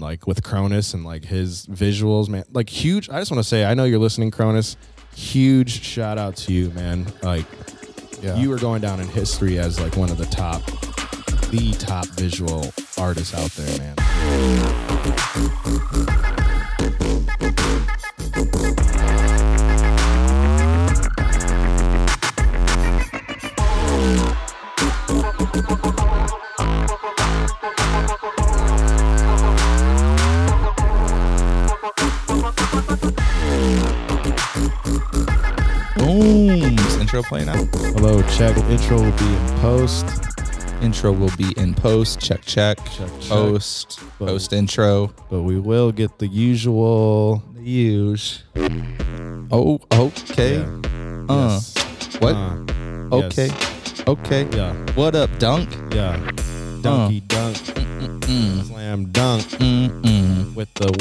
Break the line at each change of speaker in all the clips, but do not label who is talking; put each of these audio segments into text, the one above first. like with Cronus and like his visuals, man. Like huge. I just want to say, I know you're listening, Cronus. Huge shout out to you, man. Like
Yeah.
you are going down in history as like one of the top, the top visual artists out there, man.
Boom. Is Intro playing now.
Hello, check. Intro will be in post.
Intro will be in post. Check, check.
Check, check.
Post.
Boom.
Post intro.
but we will get the usual.
Use. Oh, okay.
Yeah.
Uh,
Yes.
What?
Uh,
okay. Okay.
Yeah.
What up, Dunk?
Yeah. Donkey dunk. Mm, Slam dunk
Mm-mm.
with the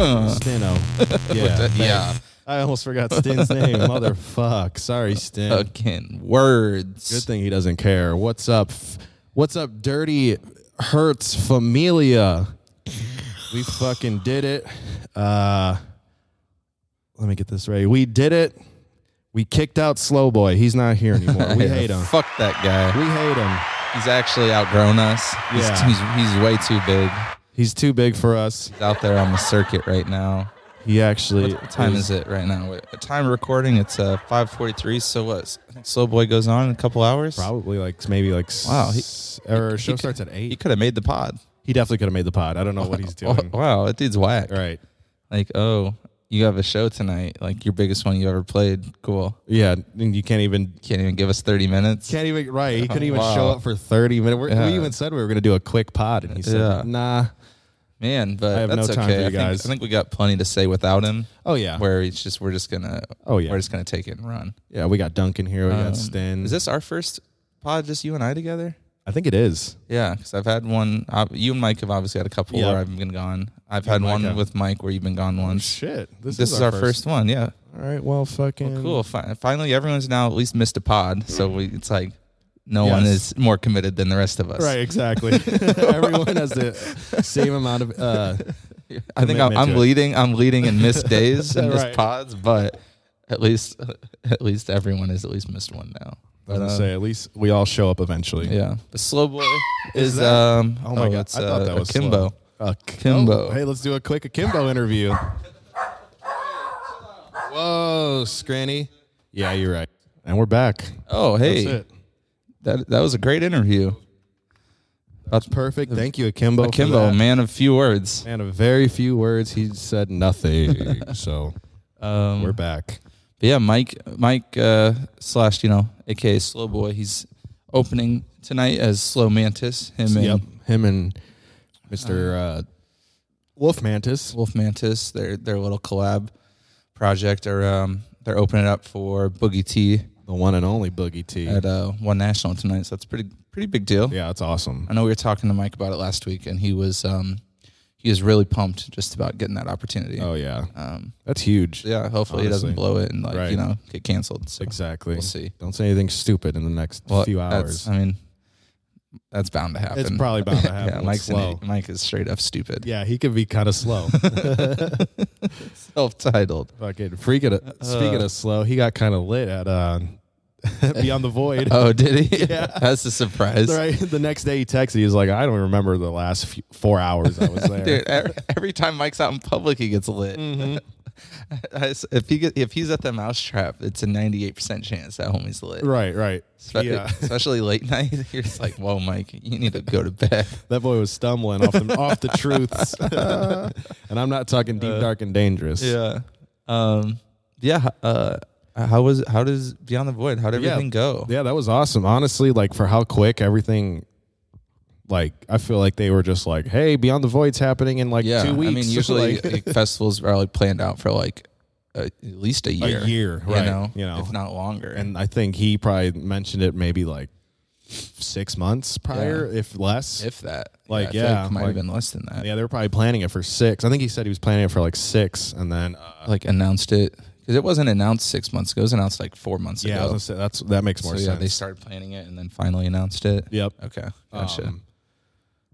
Uh,
Steno. Yeah.
the-
thanks.
yeah.
I almost forgot Stin's name. Motherfuck. Sorry, Stin.
fucking words.
Good thing he doesn't care. What's up? f- What's up, dirty hurts familia? We fucking did it. Uh, let me get this right. We did it. We kicked out Slow Boy. He's not here anymore. We
Yeah,
hate him.
Fuck that guy.
We hate him.
He's actually outgrown us. He's,
Yeah.
he's, he's way too big.
He's too big for us.
He's out there on the circuit right now.
He actually.
What time is it right now? Wait, time recording. It's uh 5:43. So what? I think Slow Boy goes on in a couple hours.
Probably like maybe like s-
Wow, he-
or
he
show
could-
starts at eight.
He could have made the pod.
He definitely could have made the pod. I don't know what he's doing. All
Wow, that dude's whack.
right.
Like, oh, you have a show tonight. Like your biggest one you ever played. Cool.
Yeah, and you can't even
Can't even give us 30 minutes.
Can't even right. He couldn't even
Wow.
show up for thirty minutes. We're,
Yeah.
We even said we were going to do a quick pod, and he said,
Yeah.
"Nah."
Man, but
I have
that's
no time
okay.
for you
I think,
guys.
I think we got plenty to say without him.
Oh yeah,
Where it's just we're just gonna
Oh, yeah.
we're just gonna take it and run.
yeah. We got Duncan here. We
Um,
got Stan.
Is this our first pod? Just you and I together?
I think it is.
Yeah, because I've had one. ob- You and Mike have obviously had a couple
Yeah.
where I've been gone. I've had
Mike
one
have.
with Mike where you've been gone once.
Shit,
Oh, This, is, our first. one. Yeah,
All right. Well, fucking
cool. Fi- finally, everyone's now at least missed a pod, so we, it's like no one
Yes.
is more committed than the rest of us.
Right. Exactly. Everyone has the same amount of. Uh,
I think
Commitment
I'm,
to
I'm
it.
leading. I'm leading in missed days and missed
Right.
pods, but at least at least everyone has at least missed one now.
I was
But,
gonna
uh,
say at least we all show up eventually.
yeah, the slow boy
Is
is,
that-
um.
Oh my god!
it's,
I thought
uh,
that was
Akimbo.
slow. A
Akimbo.
Oh, hey, let's do a quick akimbo interview. Whoa, Scranny. Yeah, you're right. And we're back.
Oh
That's
hey,
it.
that that was a great interview.
That's perfect. Thank you, Akimbo. for
Kimbo,
that.
man of few words.
Man of very few words, he said nothing. so
Um,
we're back.
but yeah, Mike, Mike uh, slash you know, aka Slow Boy. He's opening tonight as Slow Mantis. Him and
Yep. Him and Mr. Uh, Wolf Mantis.
Wolf Mantis. Their their little collab project. Are um, they're opening up for Boogie T
The one and only Boogie T.
at uh, One National tonight. So that's pretty pretty big deal.
yeah, that's
I
awesome.
know we were talking to Mike about it last week, and he was um, he was really pumped just about getting that opportunity.
Oh yeah.
Um,
That's huge.
yeah, hopefully he doesn't
Honestly.
blow it and like
Right.
you know get canceled. So.
Exactly.
We'll see.
Don't say anything stupid in the next
Well,
few
that's-
hours.
I mean, that's bound to happen.
It's probably bound to happen.
yeah,
It's
Mike's an
slow.
idiot. Mike is straight up stupid.
Yeah, he could be kind of slow.
Self-titled.
Fucking freaking.
Uh,
speaking of slow, he got kind of lit at uh, Beyond the Void.
Oh, did he? That's a surprise.
Right. The next day he texted. He was like, I don't remember the last few, four hours I was there.
Dude, every, every time Mike's out in public, he gets lit.
Mm-hmm.
I s- if he get, if he's at the mousetrap, it's a ninety-eight percent chance that homie's lit.
Right, right.
Spe-
yeah.
Especially late night, you're just like, "Whoa, Mike, you need to go to bed."
That boy was stumbling off the, off the truths. and I'm not talking deep, dark, and dangerous.
Uh, Yeah, um, yeah. Uh, how was how does Beyond the Void? How did
Yeah.
everything go?
Yeah, that was awesome. Honestly, like for how quick everything like I feel like they were just like, Hey, Beyond the Void's happening in like
Yeah,
two weeks.
I mean, usually
Like-
like, festivals are like planned out for like a, at least a year,
year,
you
right,
Know,
you know.
if not longer. And
and I think he probably mentioned it maybe like six months prior, if less.
if that,
Like,
I feel
yeah,
it might
like-
have been less than that.
yeah, they were probably planning it for six. I think he said he was planning it for like six, and then uh,
Like announced it because it wasn't announced six months ago. It was announced like four months
yeah, I was
ago.
gonna say that's that makes
so
more
yeah,
sense.
they started planning it and then finally announced it.
yep.
Okay, gotcha.
Um,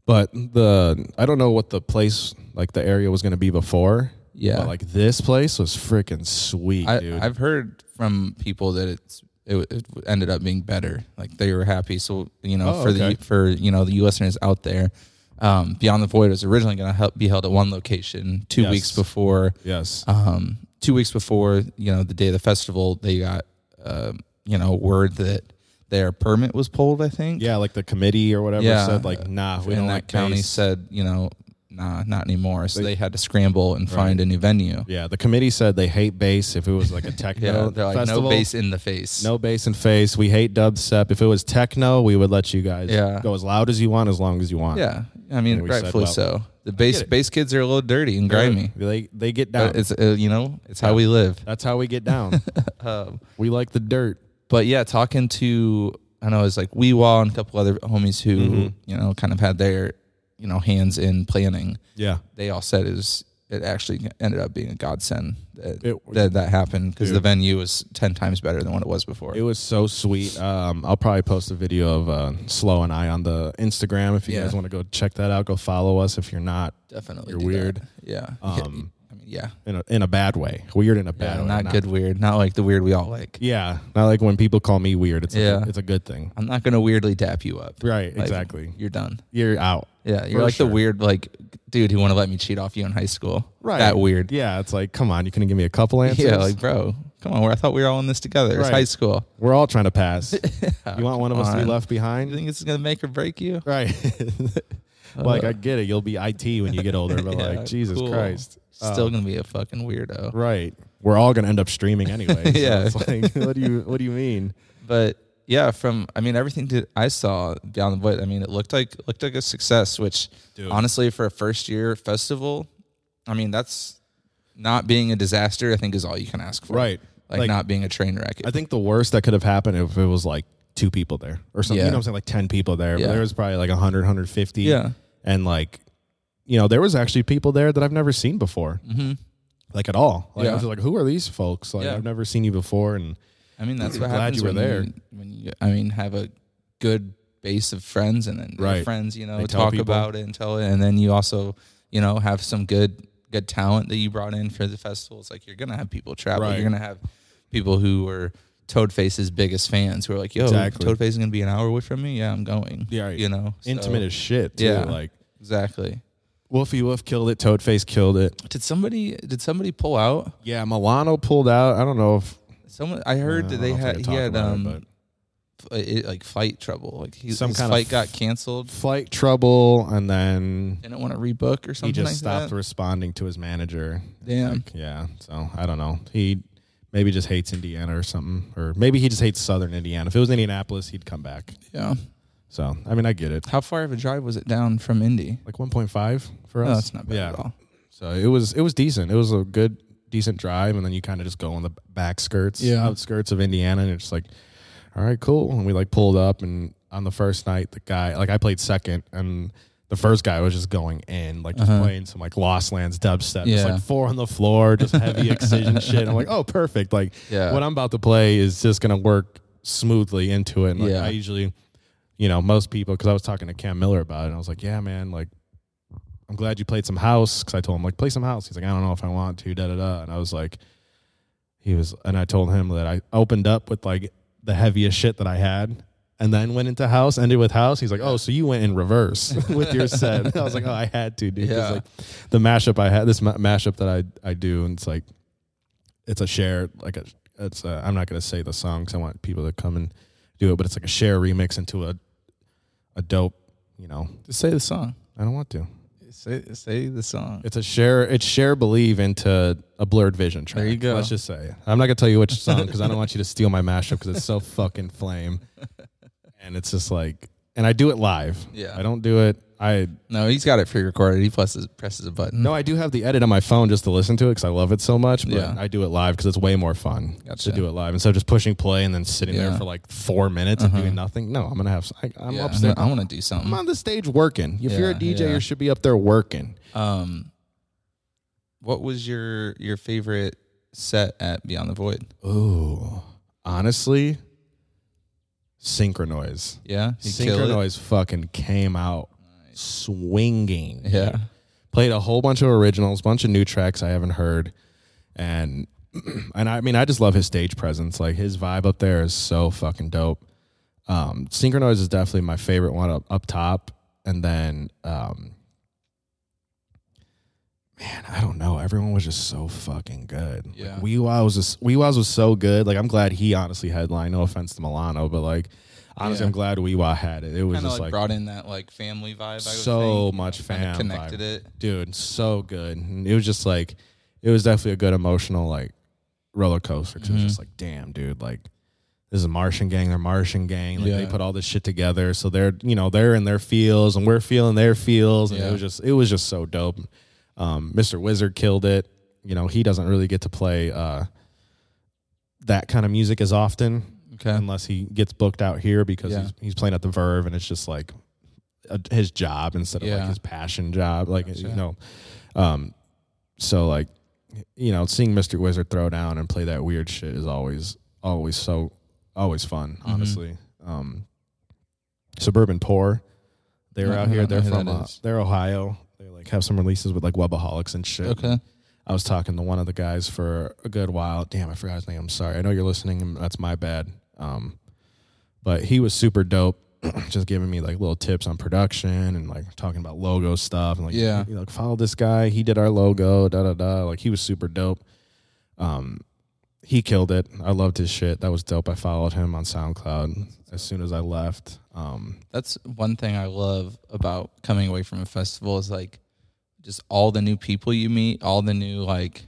but the I don't know what the place like the area was gonna be before.
Yeah.
But like this place was freaking sweet,
I,
dude.
I've heard from people that it's it, w- it ended up being better. Like they were happy. So you know,
Oh,
for
okay.
the for you know the U listeners out there, um, Beyond the Void was originally going to help be held at one location two
Yes.
weeks before.
yes.
Um, two weeks before you know the day of the festival, they got um, you know word that their permit was pulled. I think.
yeah, like the committee or whatever
Yeah.
said like nah, we
and
don't
that
like
county
base.
said, you know, nah, not anymore. So they, had to scramble and find a new venue.
Yeah, the committee said they hate bass if it was like a
Yeah,
techno
they're like
festival.
no bass in the face.
No bass and face. We hate dubstep. If it was techno, we would let you guys
Yeah.
go as loud as you want, as long as you want.
Yeah, I mean,
And we said,
rightfully
well,
so. The bass
it.
bass kids are a little dirty and grimy.
They they get down.
But it's uh, you know it's how we live.
That's how we get down.
Um,
we like the dirt.
But yeah, talking to I know it's like Weewaw and a couple other homies who
Mm-hmm.
you know kind of had their you know hands in planning.
Yeah.
They all said it was it actually ended up being a godsend that
It-
that, that happened because the venue was ten times better than what it was before.
It was so sweet. Um, I'll probably post a video of uh, Slow and I on the Instagram if you
Yeah.
guys want to go check that out. Go follow us if you're not
Definitely,
You're
do that.
weird.
Yeah.
Um,
I mean, yeah.
in a, in a bad way. Weird in a bad
Yeah,
way.
not good weird. Not like the weird we all like.
Yeah, not like when people call me weird. It's
Yeah.
a, it's a good thing.
I'm not gonna weirdly tap you up.
Right,
Like,
exactly.
You're done.
You're out.
Yeah, you're
For
like
sure.
the weird like dude who want to let me cheat off you in high school.
Right.
That weird.
Yeah, it's like, come on, you couldn't give me a couple answers.
Yeah, like bro, come on. I thought we were all in this together. It's
Right.
high school.
We're all trying to pass. you want one of us to be
on.
left behind?
You think this is gonna make or break you?
Right. like I get it. You'll be IT when you get older, but like Jesus
cool.
Christ. Um,
Still gonna be a fucking weirdo.
Right. We're all gonna end up streaming anyway. so
Yeah.
it's like, what do you what do you mean?
But yeah, from I mean everything that I saw Beyond the Void, I mean it looked like looked like a success. Which
Dude.
honestly, for a first year festival, I mean that's not being a disaster. I think is all you can ask for.
Right.
Like,
Like-
not being a train wreck.
I think the worst that could have happened if it was like two people there or something.
Yeah.
You know what I'm saying? Like ten people there.
Yeah.
But there was probably like 100, 150.
Yeah.
And like, you know, there was actually people there that I've never seen before. Mm-hmm. Like at all. Like I
Yeah.
was like, who are these folks? Like
Yeah.
I've never seen you before and
I mean, that's what
Glad
happens
you were
when
there.
You, when you, I mean, have a good base of friends, and then their
Right.
friends, you know,
They tell
talk
people.
about it and tell it, and then you also, you know, have some good good talent that you brought in for the festival. It's like you're gonna have people travel.
Right.
You're gonna have people who are Toadface's biggest fans who are like, "Yo,
Exactly.
Toadface is gonna be an hour away from me. Yeah, I'm going."
Yeah, right.
you know, so-
intimate as shit too.
Yeah.
Like
Exactly.
Wolfie Wolf killed it, Toadface killed it.
Did somebody did somebody pull out?
Yeah, Milano pulled out. I don't know if uh,
Someone I heard
I
that
don't
they
know if we
had
could
he
talk
had
about it,
um
but-
f- it, like flight trouble. Like he,
Some
his
kind of
flight got canceled.
flight trouble, and then
didn't want to rebook or something.
he just
like
stopped
That.
responding to his manager.
Damn.
Like, yeah, so I don't know. He maybe just hates Indiana or something, or maybe he just hates Southern Indiana. If it was Indianapolis, he'd come back.
yeah.
So I mean, I get it.
How far of a drive was it down from Indy?
Like 1.5 for us.
No, that's not bad
yeah.
at all.
So it was it was decent. It was a good decent drive, and then you kind of just go on the back skirts,
Yeah.
outskirts of Indiana, and it's just like, all right, cool. And we like pulled up, and on the first night, the guy like I played second, and the first guy was just going in, like just playing some like Lost Lands dubstep, just
Uh-huh. Yeah.
like four on the floor, just heavy excision shit. I'm like, oh, perfect. Like
Yeah.
what I'm about to play is just gonna work smoothly into it. And like,
Yeah.
I usually. You know, most people, because I was talking to Cam Miller about it, and I was like, "Yeah, man, like I'm glad you played some house because I told him like play some house. He's like, I don't know if I want to, da da da. And I was like, he was, and I told him that I opened up with like the heaviest shit that I had, and then went into house, ended with house. He's like, oh, so you went in reverse with your set. I was like, oh, I had to, dude. 'cause,
Yeah.
Like the mashup I had, this ma- mashup that I I do, and it's like, it's a share, like a, it's i I'm not gonna say the song because I want people to come and do it, but it's like a share remix into a, a dope, you know.
Just say the song.
I don't want to.
Say say the song.
It's a share. It's share believe into a blurred vision track.
There you go.
Let's just say I'm not gonna tell you which song because I don't want you to steal my mashup because it's so fucking flame. And it's just like, and I do it live.
Yeah.
I don't do it. I
No, he's got it pre-recorded. He presses presses a button.
no, I do have the edit on my phone just to listen to it because I love it so much. But
Yeah.
I do it live because it's way more fun
Gotcha.
to do it live instead of just pushing play and then sitting
Yeah. Uh-huh.
there for like four minutes and doing nothing. No, I'm gonna have. I, I'm
yeah,
upstairs.
I want to do
I'm
something.
on the stage working. If you're a
Yeah,
DJ,
yeah.
you should be up there working.
Um, what was your your favorite set at Beyond the Void?
Ooh, honestly, Synchronoise.
Yeah, You kill it?
Synchronoise fucking came out swinging.
Yeah,
Played a whole bunch of originals, bunch of new tracks I haven't heard, and and I mean I just love his stage presence. Like his vibe up there is so fucking dope. Um, Synchronoise is definitely my favorite one up, up top, and then um, man, I don't know. Everyone was just so fucking good.
Yeah.
Like, Wee Wow was just Wee Wows was so good. Like I'm glad he honestly headlined. No offense to Milano, but like honestly,
Yeah.
I'm glad Wee Wow had it. It was
Kind of
just like
like, brought in that like family vibe. I would
so
think.
much
Kinda
fan
connected
vibe.
it.
dude so good and it was just like it was definitely a good emotional like roller coaster 'cause
Mm-hmm.
it was just like damn dude like this is martian gang they're martian gang like they
Yeah.
put all this shit together so they're you know they're in their feels and we're feeling their feels and
Yeah.
it was just it was just so dope um mr wizard killed it you know he doesn't really get to play uh that kind of music as often
Okay.
unless he gets booked out here because
Yeah.
he's, he's playing at the Verve and it's just like a, his job instead of like
Yeah.
his passion job. Like you
Gotcha.
know, um, so like you know, seeing Mister Wizard throw down and play that weird shit is always always so always fun.
Mm-hmm.
Honestly, um, Suburban Poor, they were
No,
out
I
here.
don't
They're
know who
from
that
uh,
is.
they're Ohio. They like have some releases with like Webaholics and shit.
Okay.
I was talking to one of the guys for a good while. Damn, I forgot his name. I'm sorry. I know you're listening. and That's my bad. Um, but he was super dope, just giving me like little tips on production and like talking about logo stuff and like
Yeah.
you know, like follow this guy. He did our logo. Da da da. Like he was super dope. Um, he killed it. I loved his shit. That was dope. I followed him on SoundCloud as soon as I left. Um,
That's one thing I love about coming away from a festival is like just all the new people you meet, all the new like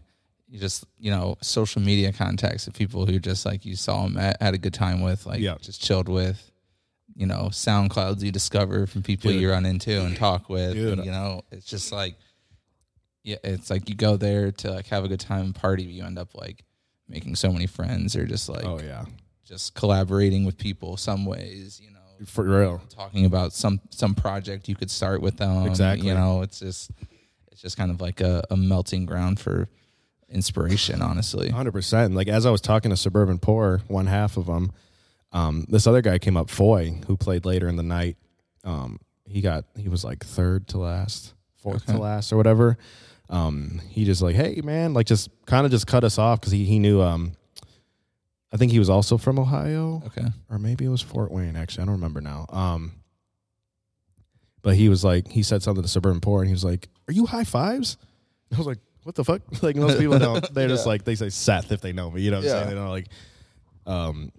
you just you know social media contacts of people who just like you saw them at, had a good time with, like
Yeah.
just chilled with. You know, SoundClouds you discover from people
Dude.
you run into and talk with.
Dude.
And, you know, it's just like yeah, it's like you go there to like have a good time and party, but you end up like making so many friends or just like
oh yeah,
just collaborating with people some ways, you know
for real.
talking about some some project you could start with them.
Exactly.
You know, it's just it's just kind of like a, a melting ground for inspiration, honestly.
Hundred percent. Like as I was talking to Suburban Poor, one half of them, um, this other guy came up, Foy, who played later in the night. Um, he got he was like third to last, fourth to
Okay.
last, or whatever. Um, he just like, hey man, like just kind of just cut us off because he he knew. Um, I think he was also from Ohio
Okay.
or maybe it was Fort Wayne. Actually, I don't remember now. Um, but he was like, he said something to Suburban Poor, and he was like, "Are you high fives? I was like, "What the fuck?" Like most people don't. They're just
Yeah.
like they say Seth if they know me. You know what I'm
Yeah.
saying? They don't like. Um,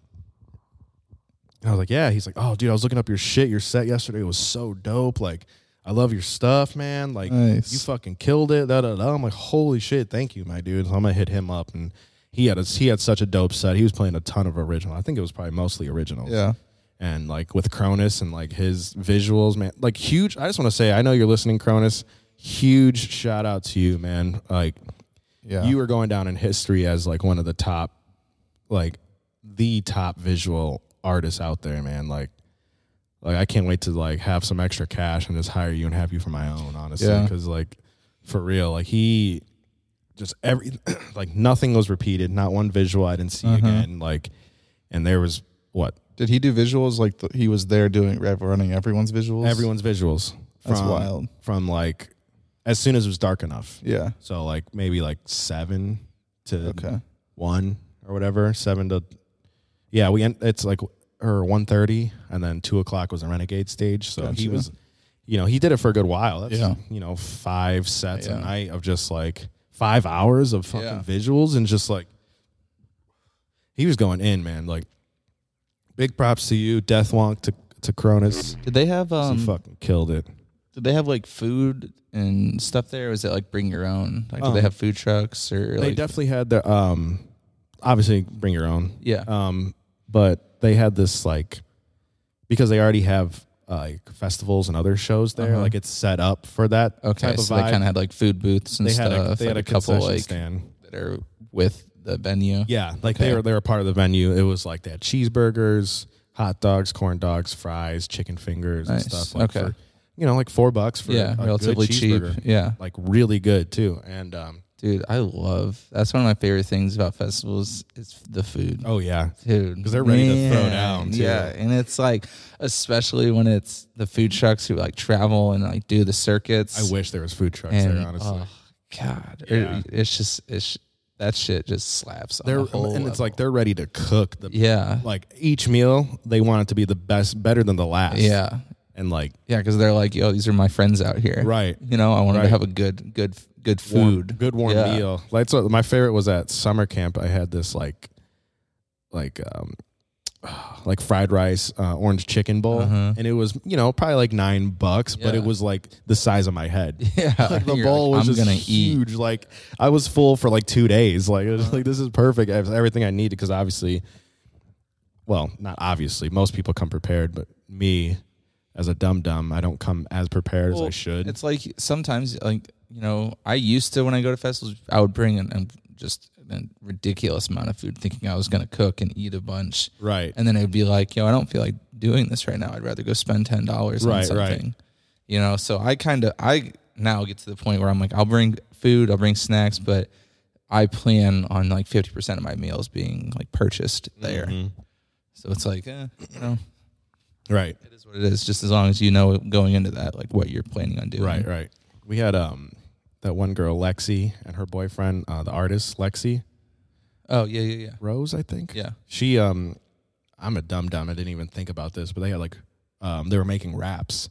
I was like, "Yeah." He's like, "Oh, dude, I was looking up your shit. Your set yesterday was so dope. Like, I love your stuff, man. Like,
Nice.
you fucking killed it." Da, da, da. I'm like, "Holy shit, thank you, my dude." So I'm gonna hit him up and. He had a, he had such a dope set. He was playing a ton of original. I think it was probably mostly originals
Yeah.
and like with Cronus and like his visuals, man, like huge. I just want to say, I know you're listening, Cronus. Huge shout out to you, man. Like
Yeah.
you were going down in history as like one of the top, like the top visual artists out there, man. Like, like I can't wait to like have some extra cash and just hire you and have you for my own, honestly.
Yeah.
Because like for real, like he just every like nothing was repeated, not one visual I didn't see again. Like, and there was what
Did he do visuals like th- he was there doing running everyone's visuals?
everyone's visuals. From,
That's wild.
From like as soon as it was dark enough.
Yeah.
So like maybe like seven to
Okay.
one or whatever. Seven to yeah. We end, it's like or one thirty, and then two o'clock was a renegade stage. So he
Gotcha.
was, you know, he did it for a good while. That's
Yeah.
you know five sets
Yeah.
a night of just like five hours of fucking
Yeah.
visuals and just like he was going in, man. Like big props to you, Deathwonk to to Cronus.
Did they have
He
um
fucking killed it.
did they have like food and stuff there? Or was it like bring your own? Like did
Um,
they have food trucks or
They
like
definitely had their um obviously bring your own.
Yeah.
Um but they had this like because they already have uh, like festivals and other shows there,
Uh-huh.
like it's set up for that
okay,
type of
so
vibe.
they kinda had like food booths and
They
stuff.
had a, they
like
had a,
couple
concession
like
stand.
that are with the venue.
Yeah, like they
Okay.
were they were part of the venue. It was like they had cheeseburgers, hot dogs, corn dogs, fries, chicken fingers
Nice.
and stuff. Like
Okay.
for, you know, like four bucks for
Yeah,
a good
relatively cheap.
cheeseburger.
Yeah.
like really good too. And um,
Dude, I love that's one of my favorite things about festivals is the food.
Oh yeah.
Dude,
'Cause they're ready to throw down, too.
Yeah, and it's like, especially when it's the food trucks who like travel and like do the circuits.
I wish there was food trucks
and,
there, honestly.
oh, God, It-
Yeah.
it's just it's that shit just slaps. on
they're
a whole
and it's
level.
like they're ready to cook the
yeah,
like each meal they want it to be the best better than the last.
yeah,
And like
yeah, because they're like, yo, these are my friends out here,
Right.
You know, I wanted
Right.
to have a good, good, good
warm-
food,
good warm
Yeah.
meal. Like so my favorite was at summer camp. I had this like like um like fried rice, uh, orange chicken bowl,
Uh-huh.
and it was you know probably like nine bucks, but
Yeah.
it was like the size of my head.
Yeah,
Like, the
You're
bowl
like,
was
I'm
just
gonna eat.
huge. Like I was full for like two days. Like it was like this is perfect. I have everything I needed because obviously, well, not obviously, most people come prepared, but me as a dumb dumb, I don't come as prepared as I
Well,
should.
It's like sometimes, like you know, I used to when I go to festivals, I would bring an, an just a ridiculous amount of food, thinking I was going to cook and eat a bunch,
Right.
and then I'd be like, yo, I don't feel like doing this right now. I'd rather go spend ten dollars on
Right, right.
something, you know. So I kind of I now get to the point where I'm like, I'll bring food, I'll bring snacks, but I plan on like fifty percent of my meals being like purchased there.
Mm-hmm.
So it's like, eh, you know,
Right.
it is what it is. Just as long as you know going into that, like what you're planning on doing,
Right, right. We had um that one girl, Lexi, and her boyfriend, uh, the artist Lexi
Oh yeah, yeah, yeah,
Rose, I think.
yeah.
She um, I'm a dumb dumb. I didn't even think about this, but they had like um, they were making wraps,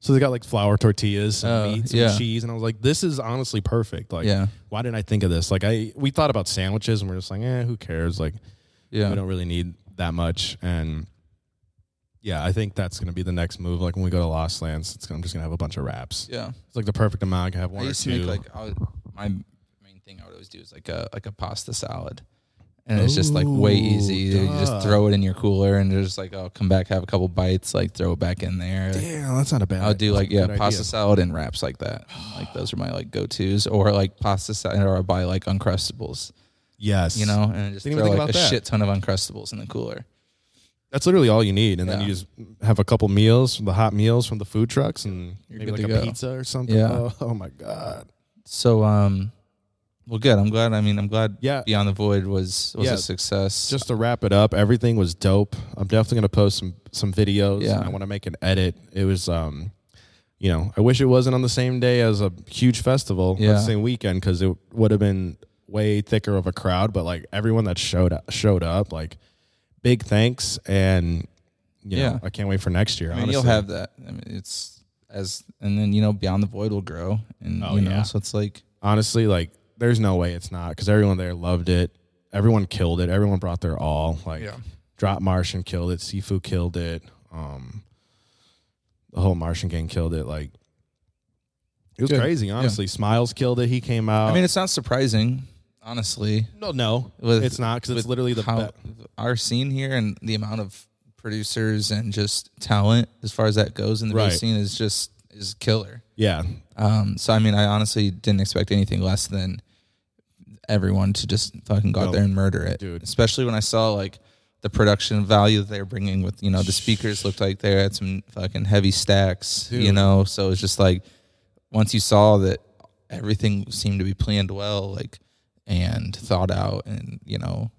so they got like flour tortillas and
Oh,
meats
yeah.
and cheese, and I was like, this is honestly perfect. Like,
Yeah.
why didn't I think of this? Like, I we thought about sandwiches, and we are just like, eh, who cares? Like, we
Yeah,
don't really need that much, and yeah, I think that's gonna be the next move. Like when we go to Lost Lands, it's gonna, I'm just gonna have a bunch of wraps.
yeah.
It's like the perfect amount. I can have one
I
or
used to
two.
make like I would, my main thing I would always do is like a like a pasta salad, and it's just like way
Ooh,
easy. You
duh.
just throw it in your cooler, and it's like oh, come back, have a couple bites, like throw it back in there. Like,
Damn, that's not a bad.
I'll do like yeah,
good
pasta
idea.
salad and wraps like that. Like those are my like go tos, or like pasta salad, or I buy like uncrustables,
Yes,
you know, and I just
Didn't even
throw
think
like a
about that.
shit ton of uncrustables in the cooler.
that's literally all you need, and then
Yeah.
you just have a couple meals, the hot meals from the food trucks, and
You're
maybe
good
like
to
a
go.
pizza or something.
Yeah.
Oh, oh my god.
So um, well, good. I'm glad. I mean, I'm glad.
Yeah.
Beyond the Void was was
Yeah.
a success.
Just to wrap it up, everything was dope. I'm definitely gonna post some some videos.
Yeah.
I want to make an edit. It was um, you know, I wish it wasn't on the same day as a huge festival, yeah,
Yeah.
the same weekend because it would have been way thicker of a crowd. But like everyone that showed up, showed up, like big thanks and. You know,
Yeah.
I can't wait for next year.
I mean,
honestly.
you'll have that. I mean, it's as and then you know, beyond the void will grow, and
Oh,
you know,
yeah.
so it's like
honestly, like there's no way it's not because everyone there loved it. Everyone killed it. Everyone brought their all. Like Drop Martian killed it. Sifu killed it. Um, the whole Martian gang killed it. Like it was
Good.
crazy. Honestly, Smiles killed it. He came out.
I mean, it's not surprising, honestly.
no, no,
With-
it's not because it's
with
literally the
how
best.
our scene here and the amount of producers and just talent as far as that goes in the
Right.
right. scene is just is killer.
Yeah,
Um, so I mean, I honestly didn't expect anything less than everyone to just fucking go
No.
out there and murder it.
Dude.
Especially when I saw like the production value that they're bringing with you know the speakers looked like they had some fucking heavy stacks, you
Dude.
know. So it's just like once you saw that everything seemed to be planned well, like and thought out, and you know,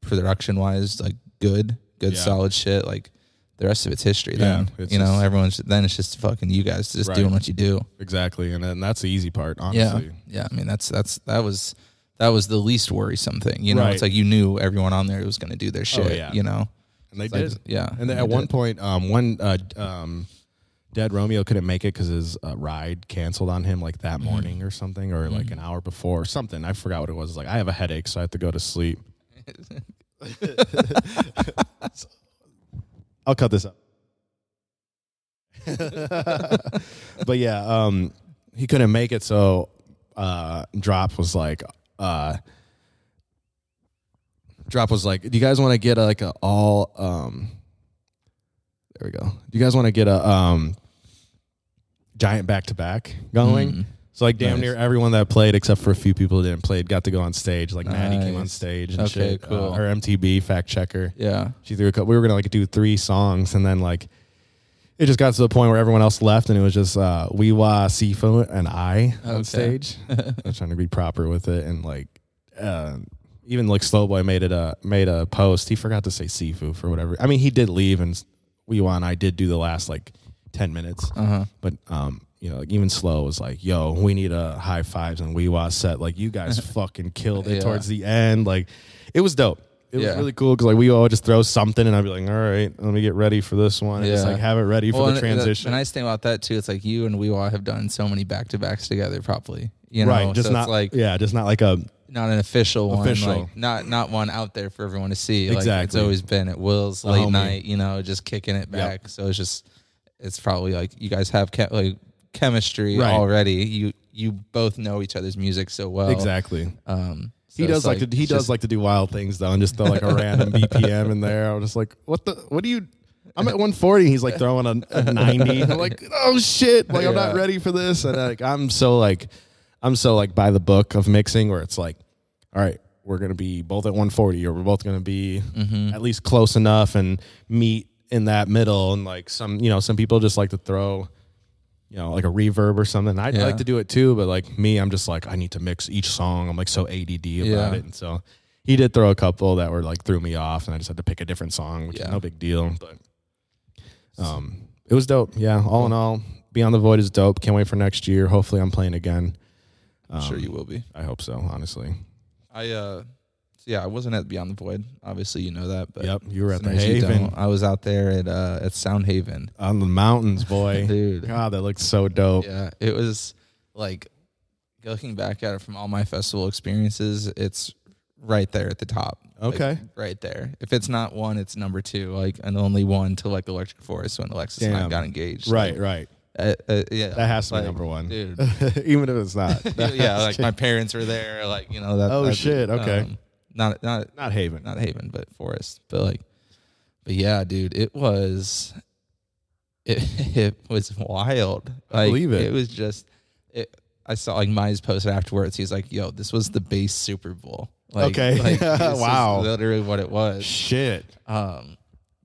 production wise, like good, good
Yeah.
solid shit, like. The rest of it's history.
Yeah,
Then
it's
you know
just-
everyone's. Then it's just fucking you guys just
Right.
doing what you do.
exactly. And then that's the easy part. Honestly,
Yeah, yeah. I mean, that's that's that was that was the least worrisome thing. You know,
Right. Oh,
it's like you knew everyone on there was going to do their shit.
yeah.
You know,
and they
It's like,
did.
yeah.
And then
they
at one
did.
point, um, one uh, d- um, dead Romeo couldn't make it because his uh, ride canceled on him like
Mm-hmm.
that morning or something, or like an hour before or something. I forgot what it was. Like I have a headache, so I have to go to sleep. I'll cut this up. but yeah, um, he couldn't make it, so uh, Drop was like, uh, Drop was like, "Do you guys want to get a, like a all?" Um, there we go. Do you guys want to get a um, giant back to back going?
Mm.
So like damn
Nice.
near everyone that played, except for a few people that didn't play, got to go on stage. Like Maddie came on
Nice.
stage and
Okay,
shit.
cool.
Uh, her MTB fact checker.
yeah,
She threw a couple. We were gonna like do three songs, and then like it just got to the point where everyone else left, and it was just uh, Weewa, Sifu, and I on
Okay.
stage. I was trying to be proper with it, and like uh, even like Slowboy made it a made a post. He forgot to say Sifu for whatever. I mean, he did leave, and Weewa and I did do the last like ten minutes.
Uh-huh.
But um, you know, like even slow was like, "Yo, we need a high fives and wee wah set." Like you guys fucking killed it
Yeah.
towards the end. Like it was dope. It was
Yeah.
really cool because like we all would just throw something, and I'd be like, "All right, let me get ready for this one." And just
Yeah.
like have it ready for
Well, and
the
the-
transition.
The, nice thing about that too, it's like you and we all have done so many back to backs together, probably. You know,
right, just
so
not
it's like
yeah, just not like a
not an official one,
Official.
like not not one out there for everyone to see. Like it's
Exactly.
always been at Will's late
homie.
night, you know, just kicking it back. So it's just it's probably like you guys have ke- like chemistry
Right.
already. You you both know each other's music so well.
exactly.
Um, so
he
it's
does like, to, he
it's
does
just-
like to do wild things though, and just throw like a random BPM in there. I'm just like, what the? What do you? I'm at 140. And he's like throwing a, a 90. I'm like, oh shit! Like I'm not
Yeah.
ready for this. And like I'm so like, I'm so like by the book of mixing where it's like, all right, we're gonna be both at 140, or we're both gonna be
Mm-hmm.
at least close enough and meet in that middle. And like some, you know, some people just like to throw you know, like a reverb or something. I'd
Yeah.
like to do it too, but like me, I'm just like I need to mix each song. I'm like so ADD about
Yeah.
it, and so he did throw a couple that were like threw me off, and I just had to pick a different song, which is
Yeah.
no big deal. But um, it was dope. Yeah, all in all, Beyond the Void is dope. Can't wait for next year. Hopefully, I'm playing again. Um,
I'm sure you will be.
I hope so. Honestly,
I uh yeah, I wasn't at Beyond the Void. Obviously, you know that. But
yep. You were at the
sometimes you
Haven
don't. I was out there at uh at Sound Haven,
on the mountains, boy.
dude.
God, that looked so dope.
Yeah, it was like looking back at it from all my festival experiences, it's right there at the top. Like,
Okay.
right there. If it's not one, it's number two. Like and only one to like Electric Forest when Alexis and
Damn.
I got engaged.
Right, right.
Uh, uh, yeah.
That has to be
like,
number one,
dude.
even if it's not.
yeah, like my parents were there. Like you know that.
Oh,
that's-
shit, okay.
not not
not Haven.
not Haven, but Forest. But like, but yeah, dude, it was, it, it was wild. Like,
believe it.
It was just, it. I saw like Mize posted afterwards. He's like, "Yo, this was the base Super Bowl." Like,
Okay.
like, this is
Wow.
literally what it was.
Shit.
Um,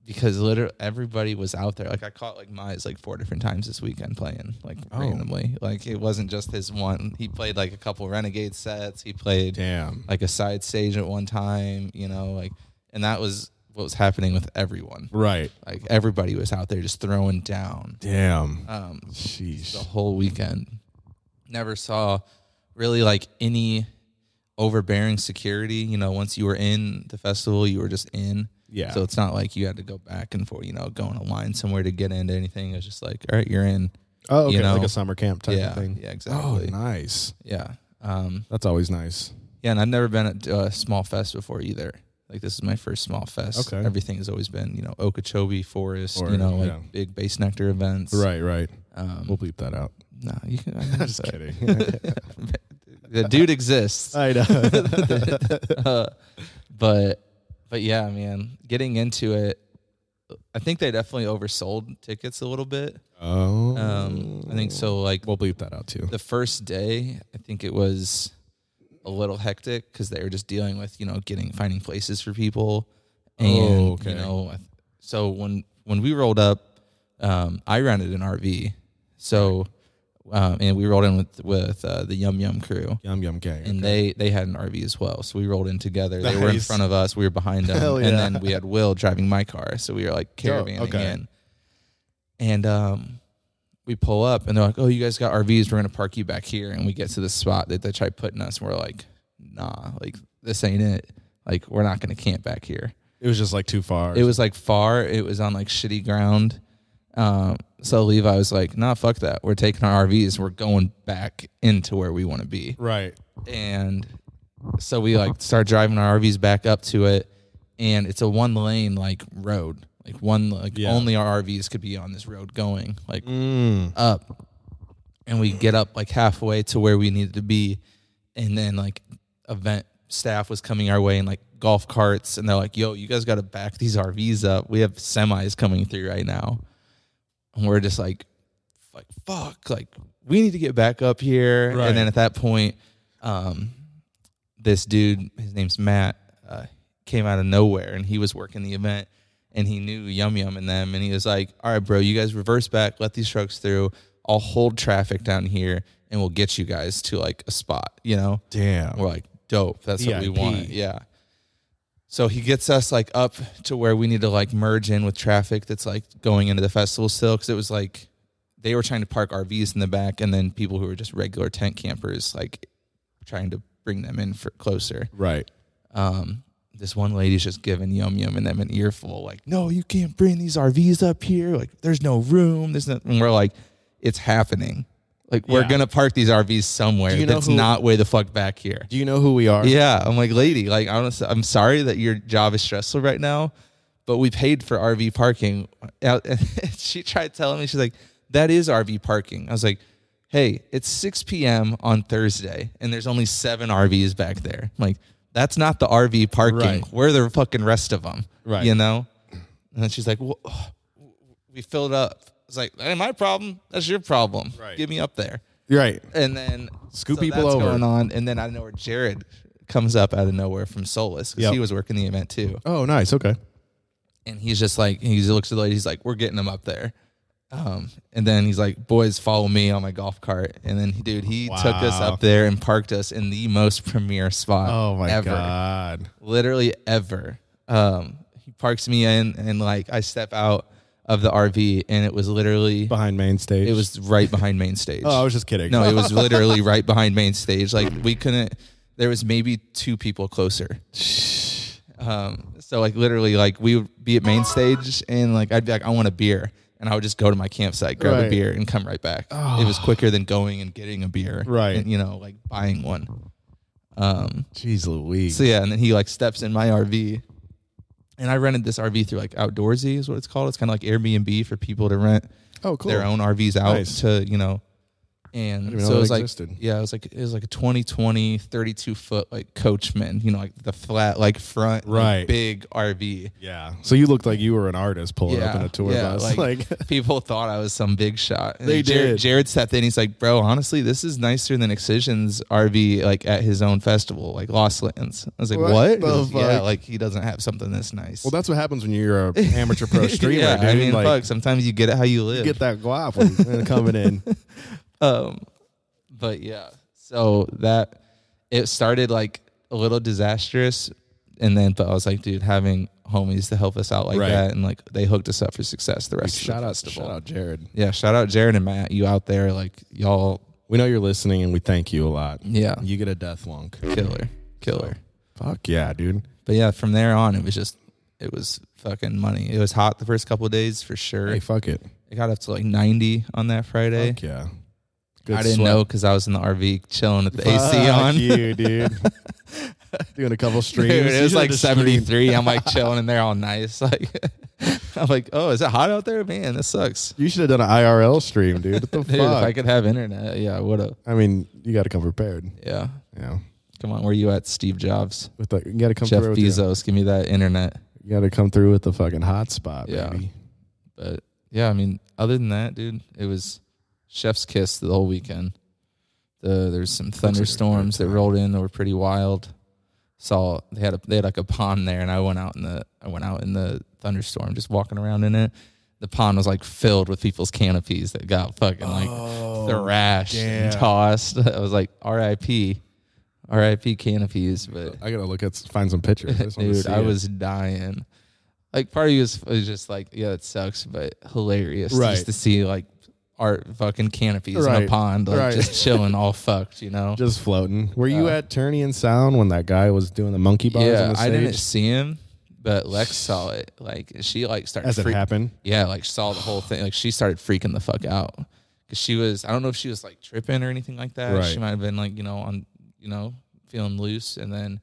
because literally everybody was out there. Like I caught like Mize like four different times this weekend playing like
Oh.
randomly. Like it wasn't just his one. He played like a couple Renegade sets. He played
Damn.
like a side stage at one time, you know, like and that was what was happening with everyone.
Right.
Like everybody was out there just throwing down
Damn.
um the
Sheesh.
whole weekend. Never saw really like any overbearing security, you know, once you were in the festival, you were just in.
Yeah.
So it's not like you had to go back and forth, you know, go in a line somewhere to get into anything. It was just like, all right, you're in.
oh, okay.
you know,
like a summer camp type
yeah.
of thing.
Yeah,
Oh,
exactly.
nice.
Yeah. Um
That's always nice.
Yeah, and I've never been at a small fest before either. Like this is my first small fest.
Okay.
Everything has always been, you know, Okeechobee Forest,
Or-
you know, like
yeah.
big bass nectar events.
Right, right.
Um,
We'll bleep that out.
no, you can.
Just kidding.
the dude exists.
I know.
Uh, but but yeah, man, getting into it, I think they definitely oversold tickets a little bit.
Oh.
Um, I think so. Like
we'll bleep that out too.
the first day, I think it was a little hectic because they were just dealing with you know getting finding places for people, and
Oh, okay.
you know, I th- so when when we rolled up, um, I rented an RV, so um, and we rolled in with with uh, the Yum Yum crew,
Yum Yum Gang.
and they they had an RV as well, so we rolled in together. They were in
Nice.
front of us, we were behind them,
Hell
and
yeah.
then we had Will driving my car, so we were like
Dope,
caravanning
okay.
in, and um, we pull up and they're like, "Oh, you guys got RVs? We're gonna park you back here." And we get to this spot that they tried putting us, and we're like, "Nah, like this ain't it. Like we're not gonna camp back here."
it was just like too far.
It was like far. It was on like shitty ground. Um, so Levi was like, "Nah, fuck that. We're taking our RVs. We're going back into where we want to be."
right.
and so we like start driving our RVs back up to it, and it's a one lane like road, like one like
Yeah.
only our RVs could be on this road going like
Mm.
up, and we get up like halfway to where we needed to be, and then like event staff was coming our way in like golf carts, and they're like, "Yo, you guys got to back these RVs up. We have semis coming through right now," and we're just like, "Like fuck, like we need to get back up here."
Right.
And then at that point, um, this dude, his name's Matt, uh, came out of nowhere, and he was working the event. and he knew Yum Yum and them, and he was like, "All right, bro, you guys reverse back, let these trucks through. I'll hold traffic down here, and we'll get you guys to like a spot." You know,
Damn.
we're like, "Dope, that's what we
VIP.
want." Yeah. So he gets us like up to where we need to like merge in with traffic that's like going into the festival still, because it was like they were trying to park RVs in the back, and then people who were just regular tent campers like trying to bring them in for closer
Right.
um, this one lady's just giving Yum Yum and them an earful, like, no, you can't bring these RVs up here. Like, there's no room. There's no, and we're like, it's happening. Like, we're
Yeah.
going to park these RVs somewhere
Do you know
that's
who-
not way the fuck back here.
Do you know who we are?
Yeah. I'm like, lady, like, honestly, I'm sorry that your job is stressful right now, but we paid for RV parking. Out- she tried telling me, she's like, that is RV parking. I was like, hey, it's 6 p.m. on Thursday, and there's only seven RVs back there. I'm like, that's not the RV parking.
Right.
Where are the fucking rest of them?
Right.
You know? And then she's like, well, we filled up. It's like, that ain't my problem. That's your problem.
Right.
Give me up there
Right.
and then
Scoop
so
people
that's
over.
going on, and then I know where Jared comes up out of nowhere from Solus because
Yep.
he was working the event too,
Oh, nice. Okay.
and he's just like he looks at the lady, he's like, "We're getting him up there," um, and then he's like, "Boys, follow me on my golf cart," and then dude, he took us
Wow.
up there and parked us in the most premier spot.
Oh my
ever
god.
literally ever. Um, he parks me in, and like I step out of the RV, and it was literally
Behind main stage.
it was right behind main stage.
Oh, I was just kidding.
No, it was literally right behind main stage. Like we couldn't. There was maybe two people closer. Um, so like literally, like we would be at main stage, and like I'd be like, I want a beer, and I would just go to my campsite, grab
Right. Ah.
a beer, and come right back. It was quicker than going and getting a beer,
Right.
And you know, like buying one. Um,
Jeez Louise.
so yeah, and then he like steps in my RV, and I rented this RV through like Outdoorsy is what it's called. It's kind of like Airbnb for people to rent
oh, cool.
their own RVs out
Nice.
to, you know, and
even know
so
that
it was like,
existed.
yeah, it was like, it was like a 2020, 32 foot, like coachman, you know, like the flat, like front, like,
Right.
big RV.
Yeah. So you looked like you were an artist pulling up in a tour
yeah,
bus.
Like, people thought I was some big shot. And
They
Jared,
did.
Jared stepped in. He's like, bro, honestly, this is nicer than Excision's RV, like at his own festival, like Lost Lands. I was like,
What
what?
the
He goes, Yeah,
fuck?
like he doesn't have something this nice.
well, that's what happens when you're a amateur pro streamer,
yeah,
dude.
I mean,
like,
fuck. Sometimes you get it how you live.
you get that guap when- coming in.
Um, but yeah, so that it started like a little disastrous, and then but I was like, dude, having homies to help us out like
Right.
that, and like they hooked us up for success. The rest
shout
of the
out,
festival.
shout out, Jared.
Yeah, shout out Jared and Matt, you out there, like y'all,
We know you're listening, and we thank you a lot.
yeah,
You get a death lunk.
killer, killer.
Fuck yeah, dude.
But yeah, from there on, it was just. It was fucking money. It was hot the first couple of days for sure.
Hey, fuck it.
It got up to like 90 on that Friday.
Fuck yeah. Good
I didn't
sweat.
know because I was in the RV chilling with the
Fuck
AC on.
you, dude. Doing a couple streams.
Dude,
You
it was
should
like
just
73. I'm like chilling in there all nice. Like, I'm like, oh, is it hot out there? Man, this sucks.
You should have done an IRL stream, dude. What the
Dude, if
Oh, fuck?
I could have internet, yeah, I would have.
I mean, you got to come prepared.
Yeah.
Yeah.
Come on, where you at, Steve Jobs?
With the, you got to come
Jeff
through. With the,
Bezos, give me that internet.
you got to come through with the fucking hot spot,
Yeah.
baby.
But yeah, I mean, other than that, dude, it was chef's kiss the whole weekend. The there's some
like a good
thunderstorms that
time.
rolled in that were pretty wild. Saw they had a they had like a pond there, and I went out in the I went out in the thunderstorm, just walking around in it. The pond was like filled with people's canopies that got fucking like thrashed and
Oh, damn.
tossed. I was like, R.I.P. R.I.P. canopies, but
I gotta look at find some pictures. I just wanna
Dude,
see
I
it.
was dying. Like part of you was, was just like, yeah, it sucks, but hilarious
Right.
just to see like art fucking canopies in
Right.
a pond, like
Right.
just chilling, all fucked, you know.
just floating. Were you at Turney and Sound when that guy was doing the monkey bars on
yeah,
the stage?
I didn't see him, but Lex saw it. Like she like started
As it
freak-
happened,
Yeah, like saw the whole thing. Like she started freaking the fuck out because she was. I don't know if she was like tripping or anything like that.
Right.
She might have been like you know on you know feeling loose, and then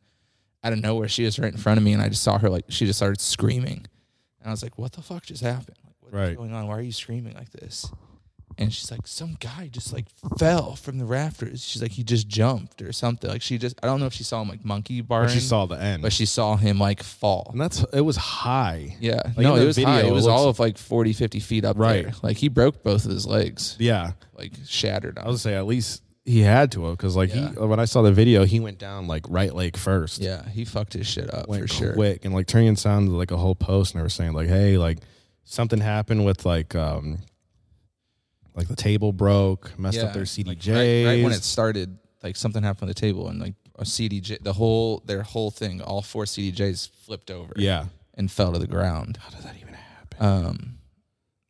out of nowhere she was right in front of me, and I just saw her like she just started screaming, and I was like, "What the fuck just happened? Like, what's
Right.
going on? Why are you screaming like this?" And she's like, "Some guy just like fell from the rafters." She's like, "He just jumped or something." Like she just. I don't know if she saw him like monkey barring,
but she saw the end,
but she saw him like fall.
and that's it was high.
Yeah.
Like,
no,
in
it
the
was
video,
high. It
it
was
looks-
all of like 40, 50 feet up
Right.
there. Like he broke both of his legs,
Yeah,
like shattered.
I was gonna say at least He had to have because like
Yeah.
he when I saw the video, he went down like right leg first.
Yeah, he fucked his shit up
went
for sure.
quick and like Tyrion sounded like a whole post and they were saying like, hey, like something happened with like um like the table broke, messed
Yeah,
up their CDJs.
like, right, right when it started, like something happened on the table, and like a CDJ, the whole their whole thing, all four CDJs flipped over,
yeah.
and fell to the ground.
How does that even happen?
Um,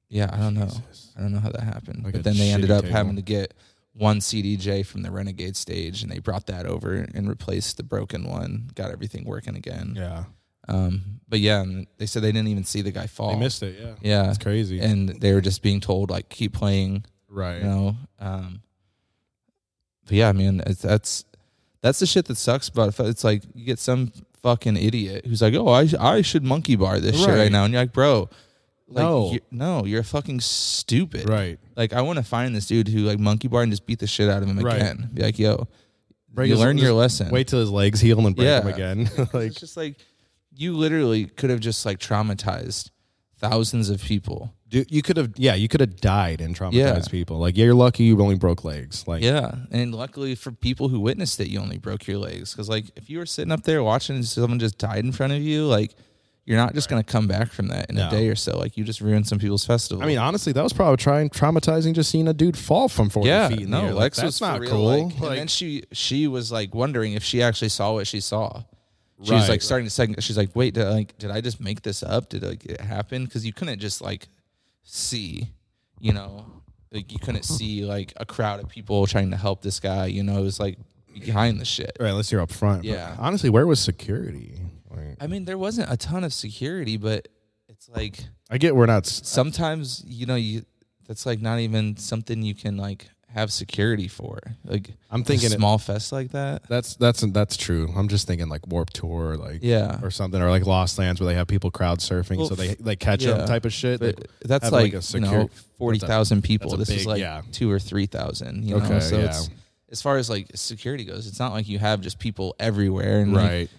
yeah, I don't know, I don't know how that happened,
Like a
but then they ended
shitty
up
table.
having to get one CDJ from the Renegade stage, and they brought that over and replaced the broken one, got everything working again.
Yeah.
Um, but yeah, and they said they didn't even see the guy fall.
They missed it, yeah.
Oh. Yeah,
It's crazy.
and they were just being told like keep playing
right.
you know um but yeah i mean it's, that's that's the shit that sucks about it. Fu- it's like you get some fucking idiot who's like oh i, sh- I should monkey bar this shit
Right.
right now and you're like bro like,
No.
you no you're fucking stupid
Right.
like i want to find this dude who like monkey bar and just beat the shit out of him
Right.
again be like yo
Break
you
his-
learn your
just
lesson
Wait till his legs heal and then break
Yeah.
him again. like
it's just like you literally could have just like traumatized thousands of people
dude, you could have yeah, you could have died and traumatized
Yeah.
people. Like you're lucky you only broke legs. Like
Yeah, and luckily for people who witnessed it, you only broke your legs. Because like, if you were sitting up there watching someone just died in front of you, like, you're not just gonna come back from that in
No.
a day or so. Like, you just ruined some people's festival.
I mean, honestly, that was probably trying traumatizing just seeing a dude fall from 40
yeah,
feet. In the
no,
air. Like,
Lex
that's
was for
not
real,
cool.
like-
Like,
and then she she was like wondering if she actually saw what she saw. She
Right,
was
right.
like starting to second. She's like, wait, did I, like, did I just make this up? Did like it happen? Because you couldn't just like see, you know, like you couldn't see like a crowd of people trying to help this guy. You know, it was like behind the shit.
All right, let's hear up front. but
Yeah.
honestly, where was security? Like,
I mean, there wasn't a ton of security, but it's like
I get we're not. s-
sometimes you know you that's like not even something you can like have security for. Like
I'm
a
thinking it-
small fest like that.
That's that's that's true. I'm just thinking like Warp Tour, like
Yeah.
or something, or like Lost Lands where they have people crowd surfing,
Well,
so they
f-
like catch
yeah.
up type of shit.
But
Like,
that's
have,
like,
a
you
secure-
know forty thousand people.
that's a
This
big-
is like
yeah.
two or three thousand. You know,
Okay,
so
yeah.
it's as far as like security goes, it's not like you have just people everywhere. And like,
right?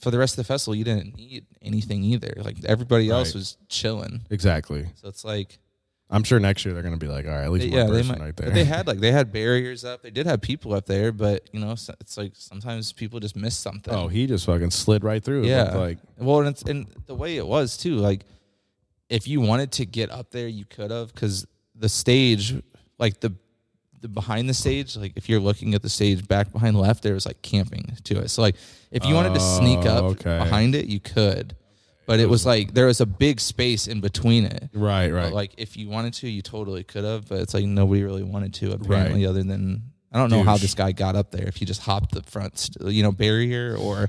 for the rest of the festival, you didn't need anything either. Like everybody else
Right.
was chilling.
Exactly.
So it's like
I'm sure next year they're gonna be like, all right, at least
yeah,
one
they
person
might.
right
but
there.
They had like they had barriers up. They did have people up there, but you know, so- it's like sometimes people just miss something.
oh, he just fucking slid right through. It
yeah.
looked like
well, and it's, and the way it was too. Like, if you wanted to get up there, you could have because the stage, like the the behind the stage, like if you're looking at the stage back behind left, there was like camping to it. So like if you wanted to sneak
Oh,
up
okay.
behind it, you could. But it was like there was a big space in between it.
right, right.
But, like if you wanted to, you totally could have, but it's like nobody really wanted to apparently. Other than I don't know how
Douche.
this guy got up there. If he just hopped the front, st- you know, barrier or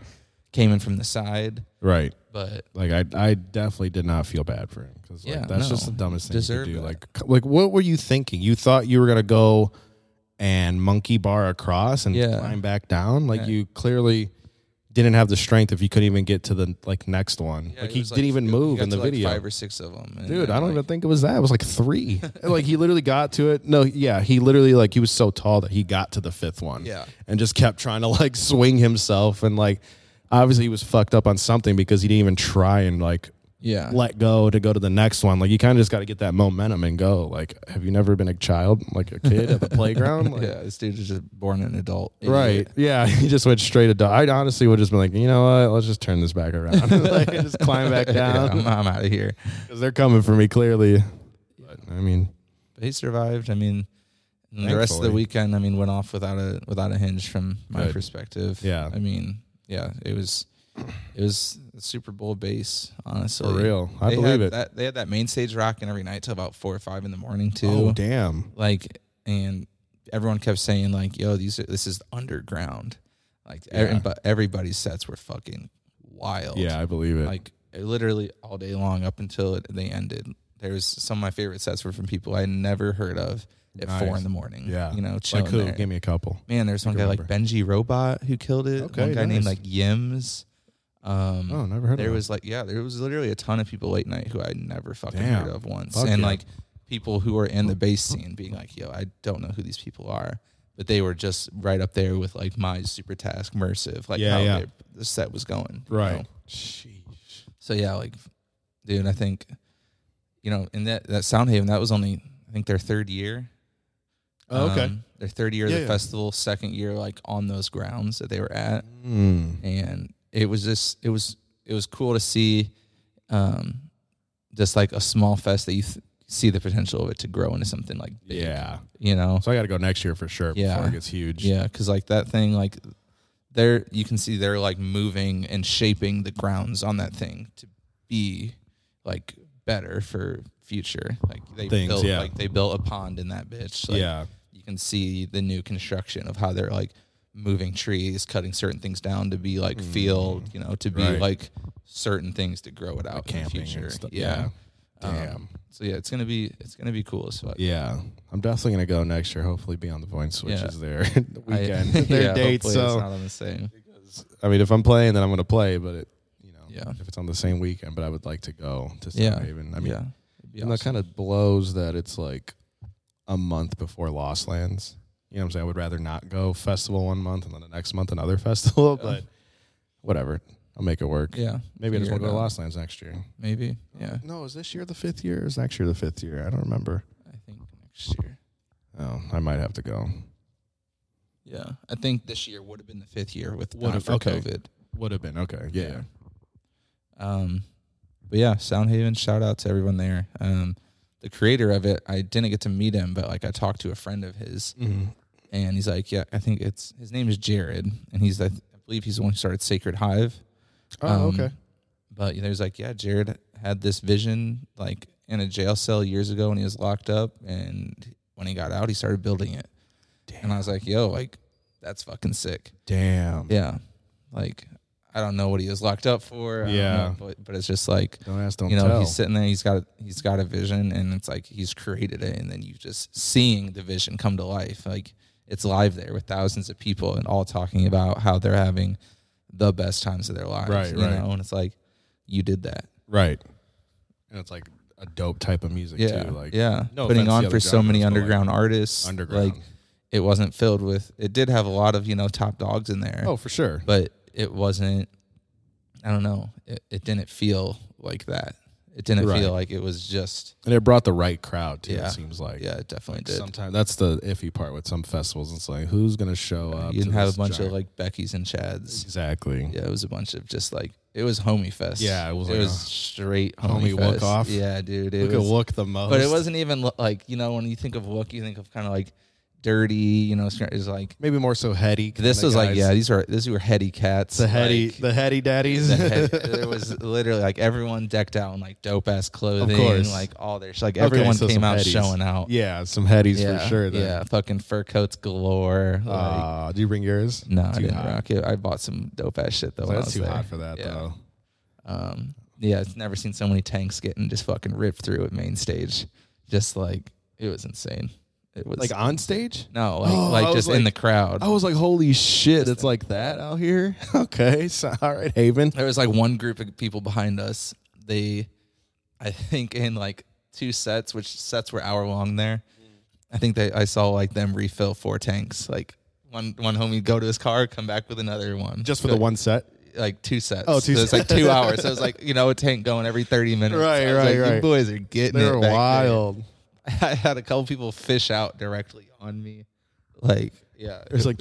came in from the side.
right.
But
Like I, I definitely did not feel bad for him because like,
Yeah,
that's
no.
just the dumbest thing
Deserved
you could do.
that.
Like, c- like what were you thinking? You thought you were gonna go and monkey bar across and
Yeah.
climb back down. Like you clearly didn't have the strength if you couldn't even get to the like next one. like
it
he
was,
didn't even
you
move
got
in the
to, like,
video.
Five or six of them, and
Dude,
then,
I don't
like,
even think it was that. It was like three. like he literally got to it. No, yeah, he literally like he was so tall that he got to the fifth one.
Yeah.
and just kept trying to like swing himself and like obviously he was fucked up on something because he didn't even try and like
Yeah,
let go to go to the next one. Like you kind of just got to get that momentum and go. Like, have you never been a child, like a kid at the playground? Like,
yeah. This dude is just born an adult, idiot.
Right. Yeah. He just went straight to. I honestly would have just been like, you know what? Let's just turn this back around. like, just climb back
Yeah,
down
I'm, I'm out of here.
because they're coming for me clearly. But, I mean,
But he survived. I mean, and the rest of the
Thankfully.
weekend, I mean, went off without a without a hinge from my
Good.
perspective.
Yeah.
I mean, yeah, it was it was a Super Bowl base, honestly.
for real, I
They
believe
had
it.
That, they had that main stage rocking every night till about four or five in the morning too.
Oh damn!
Like, and everyone kept saying like, "Yo, these are, this is underground." Like,
Yeah.
every, but everybody's sets were fucking wild.
Yeah, I believe it.
Like literally all day long up until it, they ended. There was some of my favorite sets were from people I never heard of at four
Nice.
in the morning.
yeah,
you know,
like
chilling
who?
there.
Give me a couple.
Man, there's one guy like Benji Robot who killed it.
Okay,
one guy named
nice.
like Yims. Um,
Oh, never heard.
there
of
was like yeah, there was literally a ton of people late night who I never fucking
Damn.
heard of once,
Fuck
and
yeah. Oh.
like people who are in the bass scene being like, yo, I don't know who these people are, but they were just right up there with like my Super Task, Mersive, like
Yeah,
how
yeah.
they- the set was going,
that.
you know?
right. Jeez.
So yeah, like, dude, I think, you know, in that that Soundhaven, that was only I think their third year.
Oh, okay.
Um, their third year of
Yeah,
the
yeah.
festival, second year like on those grounds that they were at,
Mm.
and it was just it was it was cool to see, um, just like a small fest that you th- see the potential of it to grow into something like big,
Yeah.
you know.
So I got to go next year for sure
Yeah.
before it gets huge.
Yeah, because like that thing, like they're you can see they're like moving and shaping the grounds on that thing to be like better for future. Like they
Things,
built,
yeah.
like they built a pond in that bitch. Like,
yeah.
you can see the new construction of how they're like moving trees, cutting certain things down to be like field, you know, to be
Mm. Right.
like certain things to grow it out in the
camping and
future.
stuff, yeah.
Yeah. Um,
Damn.
so yeah, it's gonna be it's gonna be cool as fuck.
Yeah. I'm definitely going to go next year. Hopefully be on the Void Switches there the
I-
weekend. Their
yeah,
dates.
hopefully it's
So,
not on the same.
I mean, if I'm playing, then I'm going to play, but it, you know,
Yeah.
if it's on the same weekend, but I would like to go to
Yeah.
Stonehaven. I mean,
yeah. It'd be
and that
awesome.
kind of blows that it's like a month before Lost Lands. You know what I'm saying? I would rather not go festival one month and then the next month another festival, but whatever. I'll make it work.
Yeah.
Maybe I just want
figure it
to go to
out.
Lost Lands next year.
Maybe. Yeah.
No, is this year the fifth year? Or is next year the fifth year? I don't remember.
I think next year.
Oh, I might have to go.
Yeah. I think this year would have been the fifth year with
Would
not
have,
for
okay.
COVID.
Would have been okay. Yeah.
Um, but yeah, Soundhaven. Shout out to everyone there. Um, the creator of it, I didn't get to meet him, but like I talked to a friend of his,
Mm-hmm.
and he's like, yeah, I think it's his name is Jared, and he's I, th- I believe he's the one who started Sacred Hive.
Oh,
Um,
okay.
But there's like, yeah, Jared had this vision like in a jail cell years ago when he was locked up, and when he got out, he started building it. And I was like, yo, like that's fucking sick.
Damn.
Yeah, like I don't know what he was locked up for. I don't
Yeah.
know, but but it's just like
Don't ask, don't
you know
tell.
he's sitting there, he's got he's got a vision, and it's like he's created it, and then you just seeing the vision come to life, like. It's live there with thousands of people and all talking about how they're having the best times of their lives.
Right,
you
right.
know, and it's like you did that.
right. And it's like a dope type of music
yeah,
too. Like
yeah,
no offense
putting
to the
on
other
for so
genres, but,
many
like,
underground artists.
underground.
like it wasn't filled with. It did have a lot of you know top dogs in there.
oh, for sure.
but it wasn't. I don't know. It, it didn't feel like that. It didn't
Right.
feel like it was just.
And it brought the right crowd too.
Yeah.
It seems like
Yeah, it definitely did.
Sometimes that's the iffy part with some festivals. It's like who's gonna show up?
you didn't
to
have a
this
bunch of
giant-
like Becky's and Chads.
exactly.
Yeah, it was a bunch of just like it was homie fest.
Yeah, it was
It
like
was
a
straight
homie
homie,
walk
fest.
off.
Yeah, dude. It
Look at
was,
look the most.
but it wasn't even lo- like you know when you think of Wook, you think of kind of like dirty. You know, it's like
maybe more so heady. kinda
this was like
guys.
yeah, these are these were heady cats.
the heady
like-
the heady daddies.
the head, there was literally like everyone decked out in like dope ass clothing,
course.
like all their sh- like
Okay,
everyone
so
came
some
out
headies.
showing out.
yeah, some headies
yeah,
for sure. Then.
yeah, fucking fur coats galore. Like,
Uh, do you bring yours?
no, I
too
didn't
hot.
rock it. I bought some dope ass shit though.
So
when I
that's
was
too
there.
hot for that
Yeah.
though.
Um, yeah, it's never seen so many tanks getting just fucking ripped through at main stage. Just like it was insane. It was
Like on stage?
no, like
Oh, I
like
was
just in the
like-
crowd.
I was like, holy shit, it's like that out here. okay, so, all right, Haven.
there was like one group of people behind us. They, I think, in like two sets, which sets were hour long there. I think they, I saw like them refill four tanks. Like one one homie go to his car, come back with another one.
Just for the one set.
like two sets.
Oh, two
so it's like
sets.
two hours. So it's like you know a tank going every thirty minutes.
Right,
I was
right,
like, You
right.
boys are getting
They're
it back there."
wild.
I had a couple people fish out directly on me. Like yeah,
It's like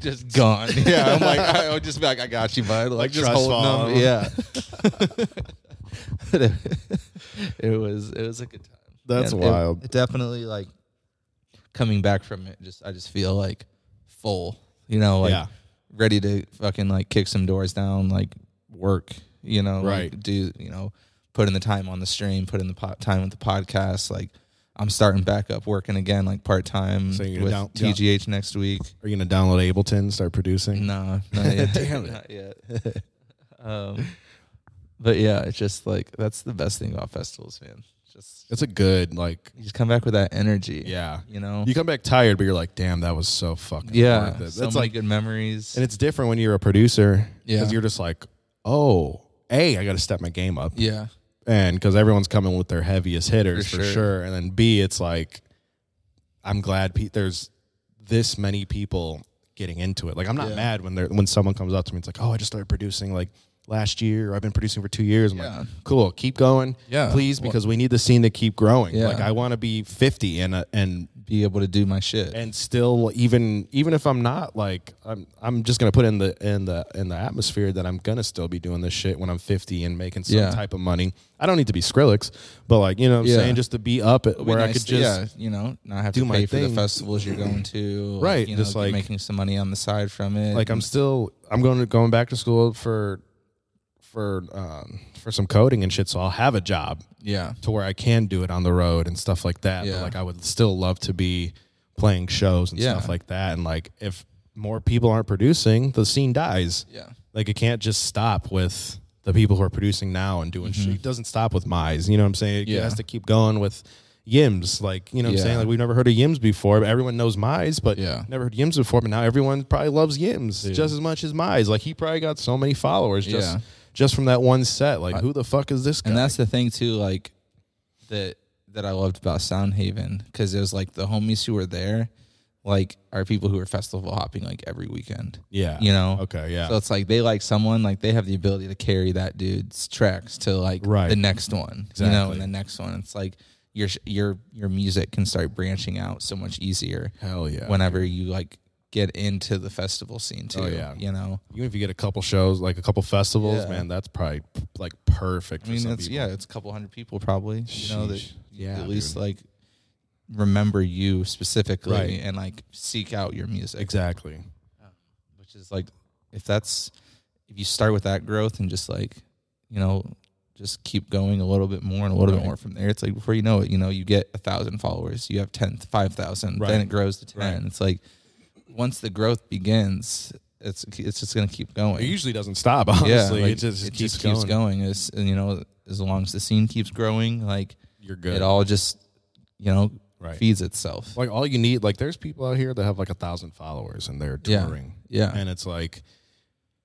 just gone. Yeah, I'm like, I would just be like, I got you, bud. Like, just
trust
holding
fall.
them. Yeah. it was it was a good time.
That's
And it-
wild.
It, definitely like coming back from it. Just I just feel like full. You know, like
Yeah.
ready to fucking like kick some doors down, like work. You know, like,
Right.
do you know, put in the time on the stream, put in the po- time with the podcast, like. I'm starting back up working again, like part time
So you're
with
down- down-
TGH next week.
Are you gonna download Ableton, start producing?
No, not yet.
Damn it.
Not yet. um, but yeah, it's just like that's the best thing about festivals, man. Just
It's a good like
you just come back with that energy.
yeah.
you know.
You come back tired, but you're like, damn, that was so fucking
yeah,
worth it.
so
That's
many
like
good memories.
and it's different when you're a producer.
Yeah.
Because you're just like, oh, A, I gotta step my game up.
yeah,
and because everyone's coming with their heaviest hitters
For
for,
sure.
sure. and then b it's like i'm glad Pete, there's this many people getting into it like i'm not
Yeah.
mad when they're when someone comes up to me it's like oh i just started producing like last year or I've been producing for two years. I'm
Yeah.
like, cool, keep going.
Yeah.
Please, because we need the scene to keep growing.
Yeah.
Like I want to be 50 and, uh, and,
be able to do my shit.
and still even, even if I'm not like, I'm, I'm just going to put in the, in the, in the atmosphere that I'm going to still be doing this shit when I'm 50 and making some
Yeah.
type of money. I don't need to be Skrillex, but like, you know what I'm
Yeah.
saying? Just to be up at,
It'd be
where I
nice
could
to,
just,
yeah, you know, not have
do
to
my
pay for the
thing.
festivals you're going to,
Right,
You know,
just
get
like-
making some money on the side from it.
like I'm still I'm going to going back to school for for um, for some coding and shit. So I'll have a job
yeah,
to where I can do it on the road and stuff like that.
Yeah.
But like I would still love to be playing shows and
Yeah.
stuff like that. And like if more people aren't producing, the scene dies.
yeah,
Like it can't just stop with the people who are producing now and doing shit. It doesn't stop with Mize. You know what I'm saying? It
Mm-hmm. Yeah.
has to keep going with Yims. Like, you know what
Yeah.
I'm saying? Like we've never heard of Yims before, but everyone knows Mize, but
Yeah.
never heard Yims before, but now everyone probably loves Yims just as much as Mize. Like he probably got so many followers just
Yeah.
just from that one set. Like who the fuck is this guy?
and that's the thing too, like that that I loved about Soundhaven because it was like the homies who were there, like are people who are festival hopping like every weekend.
yeah.
You know,
Okay, yeah.
So it's like they like someone, like they have the ability to carry that dude's tracks to like
Right.
the next one, you know,
Exactly.
and the next one. It's like your sh- your your music can start branching out so much easier
Hell yeah.
whenever you like get into the festival scene too.
Oh, yeah.
you know.
Even if you get a couple shows, like a couple festivals,
Yeah.
man, that's probably like perfect.
I mean,
for some
it's
people.
yeah, it's a couple hundred people probably. You know that
Sheesh. Yeah,
at least
dude.
like remember you specifically
Right.
and like seek out your music.
exactly.
which is like if that's if you start with that growth and just like you know just keep going a little bit more and a little bit
Right.
more from there it's like before you know it you know you get a thousand followers you have 10 5000
Right.
then it grows to 10
Right.
it's like once the growth begins it's it's just going to keep going
It usually doesn't stop. Honestly,
like,
it just,
it
keeps,
just
going.
keeps going as and, you know as long as the scene keeps growing like
You're good.
it all just you know
Right.
feeds itself
like all you need. Like there's people out here that have like a thousand followers and they're
Yeah.
touring.
Yeah.
and it's like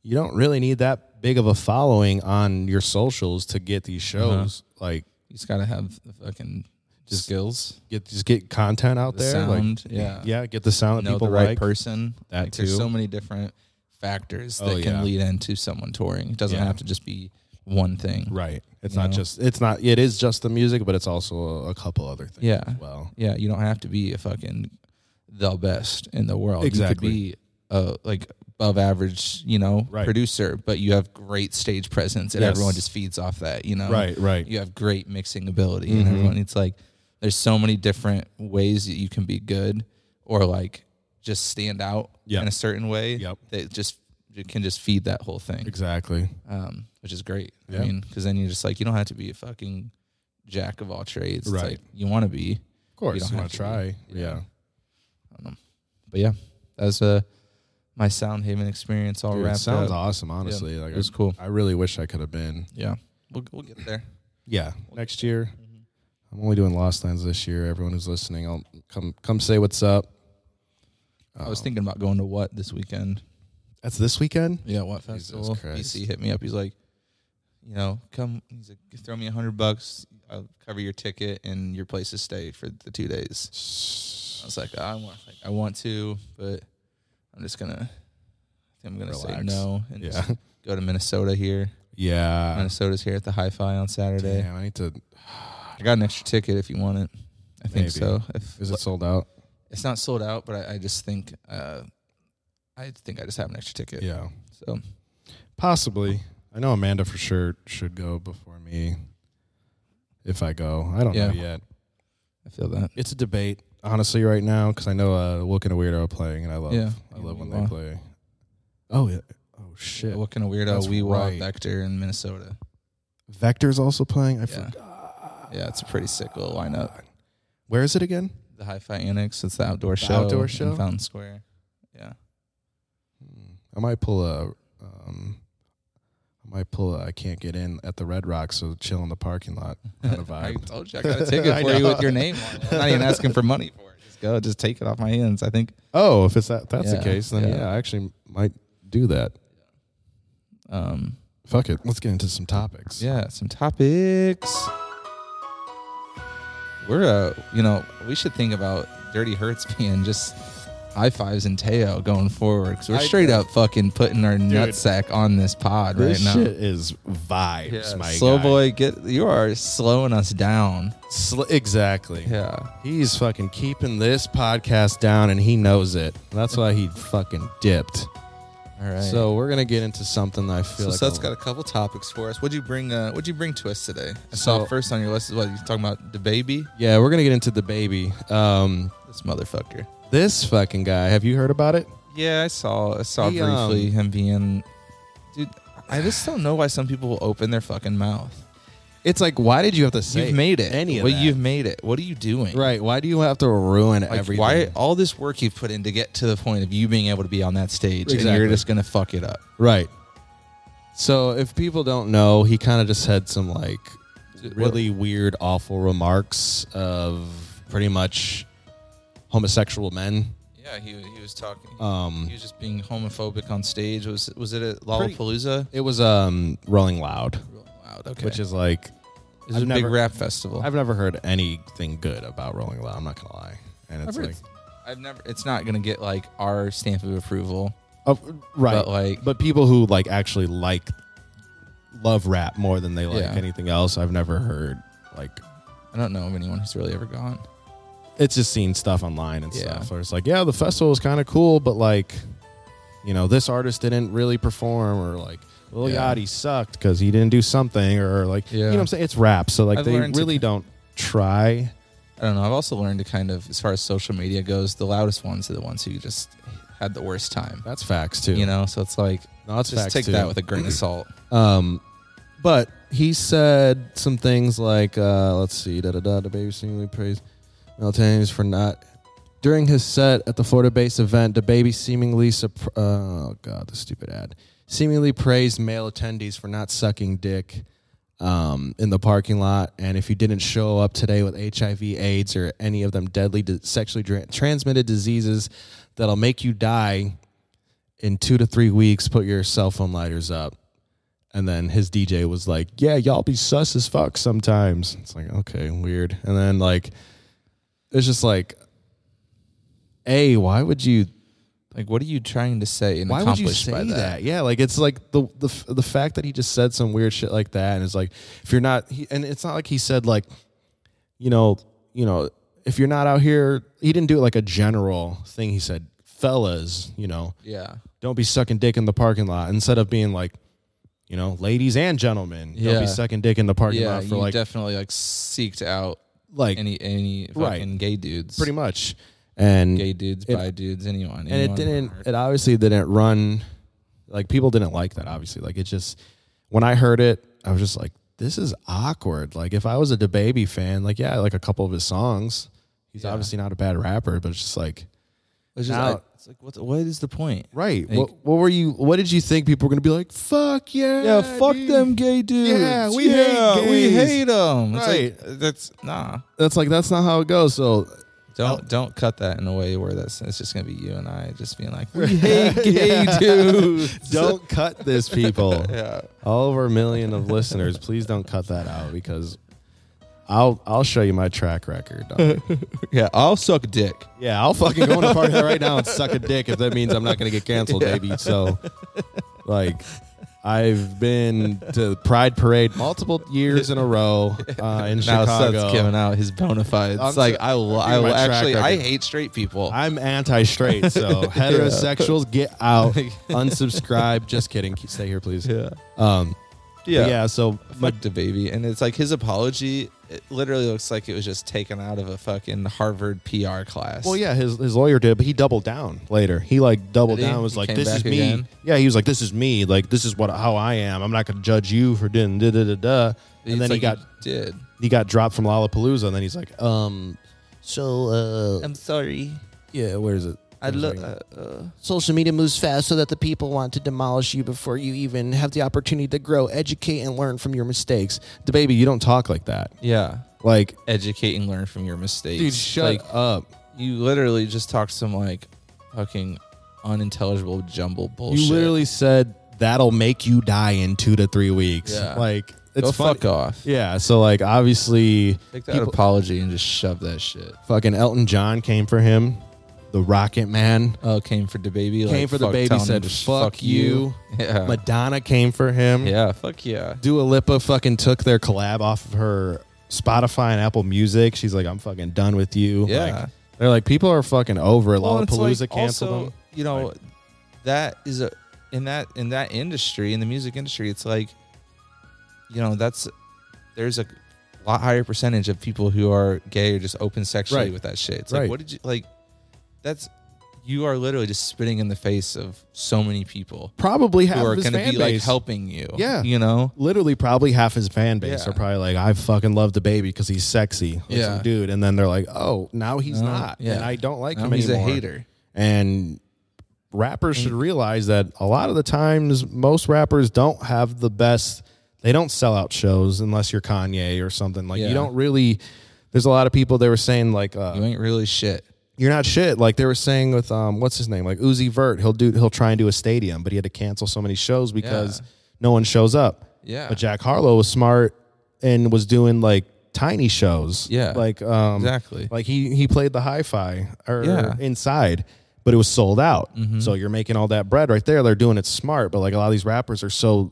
you don't really need that big of a following on your socials to get these
Uh-huh.
shows. Like
you just got to have the fucking skills
get just get content out
the
there.
sound
like
yeah
yeah, get the sound that
know
people
the right
like.
person.
That
Like, There's
too.
so many different factors that
Oh,
can
yeah.
lead into someone touring. It doesn't
Yeah.
have to just be one thing.
Right. It's
You
not
know?
just. It's not. It is just the music, but it's also a, a couple other things.
Yeah.
As well.
Yeah. You don't have to be a fucking the best in the world.
Exactly.
You could be a like above average, you know,
Right.
producer, but you have great stage presence and
Yes.
everyone just feeds off that, you know.
Right, right. Mm-hmm.
You have great mixing ability and everyone it's like there's so many different ways that you can be good or like just stand out
Yep.
in a certain way
Yep.
that just it can just feed that whole thing.
Exactly.
um, which is great.
Yeah.
I mean, because then you're just like, you don't have to be a fucking jack of all trades. It's
Right.
like, you want to be.
Of course,
don't
you,
have
want to
to
try.
be-
yeah.
But yeah, that was uh, my Sound Haven experience all
Dude, it
wrapped
sounds
up.
awesome, honestly. Like
it was
I,
cool.
I really wish I could have been.
Yeah. We'll, we'll get there.
Yeah, next year.
Mm-hmm.
I'm only doing Lost Lands this year. Everyone who's listening, I'll come come say what's up. Oh. Um,
I was thinking about going to what this weekend.
That's this weekend.
Yeah, what
Jesus
festival?
Christ.
BC hit me up. He's like, you know, come. He's like, throw me a hundred bucks. I'll cover your ticket and your place to stay for the two days. I was like, I want, like, I want to, but I'm just gonna. I think I'm gonna say
Relax.
no and
Yeah,
just go to Minnesota here.
yeah.
Minnesota's here at the Hi-Fi on Saturday.
Damn, I need to.
I got an extra ticket if you want it. I think
Maybe.
so. If
Is it sold out?
it's not sold out, but I, I just think, uh, I think I just have an extra ticket.
Yeah,
So
possibly. I know Amanda for sure should go before me. If I go, I don't know
Yeah.
yet.
I feel that.
It's a debate, honestly, right now because I know uh, Wilk and a Weirdo are playing, and I love,
Yeah.
I love when
Wow.
they play. Oh yeah. Oh shit.
What kind of weirdo
That's
we
right.
wild vector in Minnesota?
Vector's also playing. I
Yeah.
forgot.
Yeah, it's a pretty sick little lineup.
Where is it again?
The Hi-Fi Annex. It's the outdoor show.
outdoor
in
show?
Fountain Square. Yeah.
Hmm. I might pull a. Um, I might pull a. I can't get in at the Red Rock, so chill in the parking lot. Kind of
I
vibe.
told you I got a ticket
I
for you
know.
with your name on it. I'm not even asking for money for it. Just go. Just take it off my hands. I think.
oh, if it's that, that's
Yeah,
the case, then
yeah.
yeah. I actually might do that.
Um.
Fuck it. Let's get into some topics.
Yeah. Some topics. We're uh. You know, we should think about Dirty Hurts being just high fives and Teo going forward because we're straight up fucking putting our nutsack on this pod
This
right now.
shit is vibes, my
Slow
guy.
boy, get you are slowing us down.
Sl- exactly.
Yeah,
He's fucking keeping this podcast down, and he knows it. That's why he fucking dipped.
all right.
So we're gonna get into something that I feel
So
like
Seth's
a-
got a couple topics for us. What'd you bring? Uh, what'd you bring to us today? I
So-
saw first on your list is what you talking about the baby.
yeah, we're gonna get into the baby. Um,
This motherfucker.
this fucking guy. Have you heard about it?
Yeah, I saw. I saw
He, um,
briefly him being. Dude, I just don't know why some people will open their fucking mouth.
It's like, why did you have to say
you've made it.
Any of
well,
that?
you've made it. What are you doing?
right? Why do you have to ruin
Like,
everything?
why all this work you've put in to get to the point of you being able to be on that stage, and
Exactly.
you're just gonna fuck it up?
Right. So if people don't know, he kind of just had some like really weird, awful remarks of pretty much homosexual men.
Yeah, he he was talking.
Um,
was just being homophobic on stage. Was was it at Lollapalooza?
it was um Rolling Loud,
Loud. Okay.
which is like
It's
I've
a
never-
big rap festival.
I've never heard anything good about Rolling Loud. I'm not gonna lie, and it's
I've
like
heard- I've never. It's not gonna get like our stamp of approval,
oh, right,
but like
but people who like actually like love rap more than they like
Yeah.
anything else, I've never heard like
I don't know of anyone who's really ever gone.
it's just seen stuff online and
Yeah.
stuff where it's like, yeah, the festival was kind of cool, but like, you know, this artist didn't really perform, or like, Lil
Yeah.
Yachty sucked because he didn't do something, or like, you know
Yeah.
what I'm saying? It's rap, so like,
I've
they
learned to
really
ki-
don't try.
I don't know. I've also learned to kind of, as far as social media goes, the loudest ones are the ones who just had the worst time.
That's facts too.
You know, so it's like
no, that's
just
facts
take
too.
that with a grain of salt.
Um, but he said some things like, uh, let's see, da da da, the baby seemingly praised Mel Tames for not. During his set at the Florida based event, the baby seemingly, sup- oh God, the stupid ad, seemingly praised male attendees for not sucking dick um, in the parking lot. And if you didn't show up today with HIV, AIDS, or any of them deadly di- sexually dra- transmitted diseases that'll make you die in two to three weeks, put your cell phone lighters up. And then his DJ was like, "Yeah, y'all be sus as fuck sometimes." It's like, okay, weird. And then like, it's just like, a why would you?
Like, what are you trying to say and
Why would
accomplish
you say
by
that?
that?
Yeah, like it's like the the f- the fact that he just said some weird shit like that, and it's like if you're not, he, and it's not like he said like, you know, you know, if you're not out here, he didn't do it like a general thing. He said, "Fellas, you know,
Yeah.
don't be sucking dick in the parking lot instead of being like you know ladies and gentlemen don't
Yeah.
be sucking dick in the parking
Yeah.
lot
You
for like
definitely like seeked out
like
any any fucking
Right.
gay dudes,
pretty much and
gay dudes, bi dudes, anyone.
and it
anyone.
didn't it obviously didn't run like people didn't like that obviously like it just when i heard it i was just like this is awkward like if i was a DaBaby fan like yeah I like a couple of his songs he's
Yeah.
obviously not a bad rapper but it's just like
It's just
Now-
like, it's like what, what is the point?
right
Like-
what, what were you what did you think people were gonna be like fuck yeah
Yeah, fuck
dude."
them gay dudes.
Yeah, we hate
we
gays.
hate them.
Right.
It's like, that's nah.
that's like that's not how it goes so
Don't don't cut that in a way where that's it's just gonna be you and I just being like we hate gay dudes.
don't cut this people
yeah.
all of our million of listeners please don't cut that out because i'll i'll show you my track record dog.
Yeah, I'll suck dick.
yeah i'll fucking go in the parking lot right now and suck a dick if that means i'm not gonna get canceled baby so like i've been to pride parade multiple years in a row uh, in
Now
chicago
Seth's giving out his bona fides.
I'm
like
so-
I will,
I'm
I
doing
will
my track
actually I
record.
hate straight people.
I'm anti-straight, so heterosexuals get out, unsubscribe. Just kidding. Keep- Stay here, please.
yeah.
Um, yeah.
Yeah.
yeah. So my
Fuck the baby. And it's like his apology it literally looks like it was just taken out of a fucking Harvard PR class.
Well, yeah, his, his lawyer did, but he doubled down later. He like doubled
Did he?
down. and Was
He
like,
came
this
back
is me.
again?
Yeah, he was like, this is me. Like, this is what how I am. I'm not gonna judge you for doing da da da da. And
It's
then he
like
got
did.
he got dropped from Lollapalooza, and then he's like, um, so uh,
I'm sorry.
yeah, where is it?
Um, I
Where is
look
it?
uh, uh,
Social media moves fast so that the people want to demolish you before you even have the opportunity to grow, educate, and learn from your mistakes.
The baby, you don't talk like that.
Yeah.
Like,
Educate and learn from your mistakes.
dude, shut
Like,
up.
You literally just talked some like fucking unintelligible jumble bullshit.
You literally said that'll make you die in two to three weeks.
Yeah.
Like, it's
go
funny.
fuck off.
Yeah. So like, obviously,
Take that
people-
apology and just shove that shit.
fucking Elton John came for him. the Rocket Man.
Oh, came for the baby.
Came
like,
for the
fuck
baby,
telling
said,
him to sh-
"Fuck you."
Yeah.
Madonna came for him.
yeah. Fuck yeah.
Dua Lipa fucking took their collab off of her Spotify and Apple Music. She's like, I'm fucking done with you.
Yeah.
Like, they're like, people are fucking over it.
Well, it's
Lollapalooza
like
canceled
also,
them.
You know, that is a in that in that industry in the music industry. It's like, you know, that's there's a lot higher percentage of people who are gay or just open sexually
Right.
with that shit. It's
Right.
like, what did you like? That's you are literally just spitting in the face of so many people
Probably half
who are
of his
going to
fan
be like
base.
helping you.
Yeah.
you know.
Literally, probably half his fan base
Yeah.
are probably like, I fucking love the baby because he's sexy, like
Yeah.
some dude. And then they're like, oh, now he's
No,
not,
yeah.
and I don't like
Now
him
he's a
anymore.
hater.
And rappers should realize that a lot of the times, most rappers don't have the best. They don't sell out shows unless you're Kanye or something. Like
Yeah.
you don't really. There's a lot of people they were saying like uh,
You ain't really shit.
you're not shit. Like they were saying with um, what's his name? Like Uzi Vert, he'll do he'll try and do a stadium, but he had to cancel so many shows because
Yeah.
no one shows up.
Yeah.
But Jack Harlow was smart and was doing like tiny shows.
Yeah.
Like um
Exactly.
like he he played the hi-fi or
Yeah. Mm-hmm.
inside, but it was sold out. So you're making all that bread right there. They're doing it smart, but like a lot of these rappers are so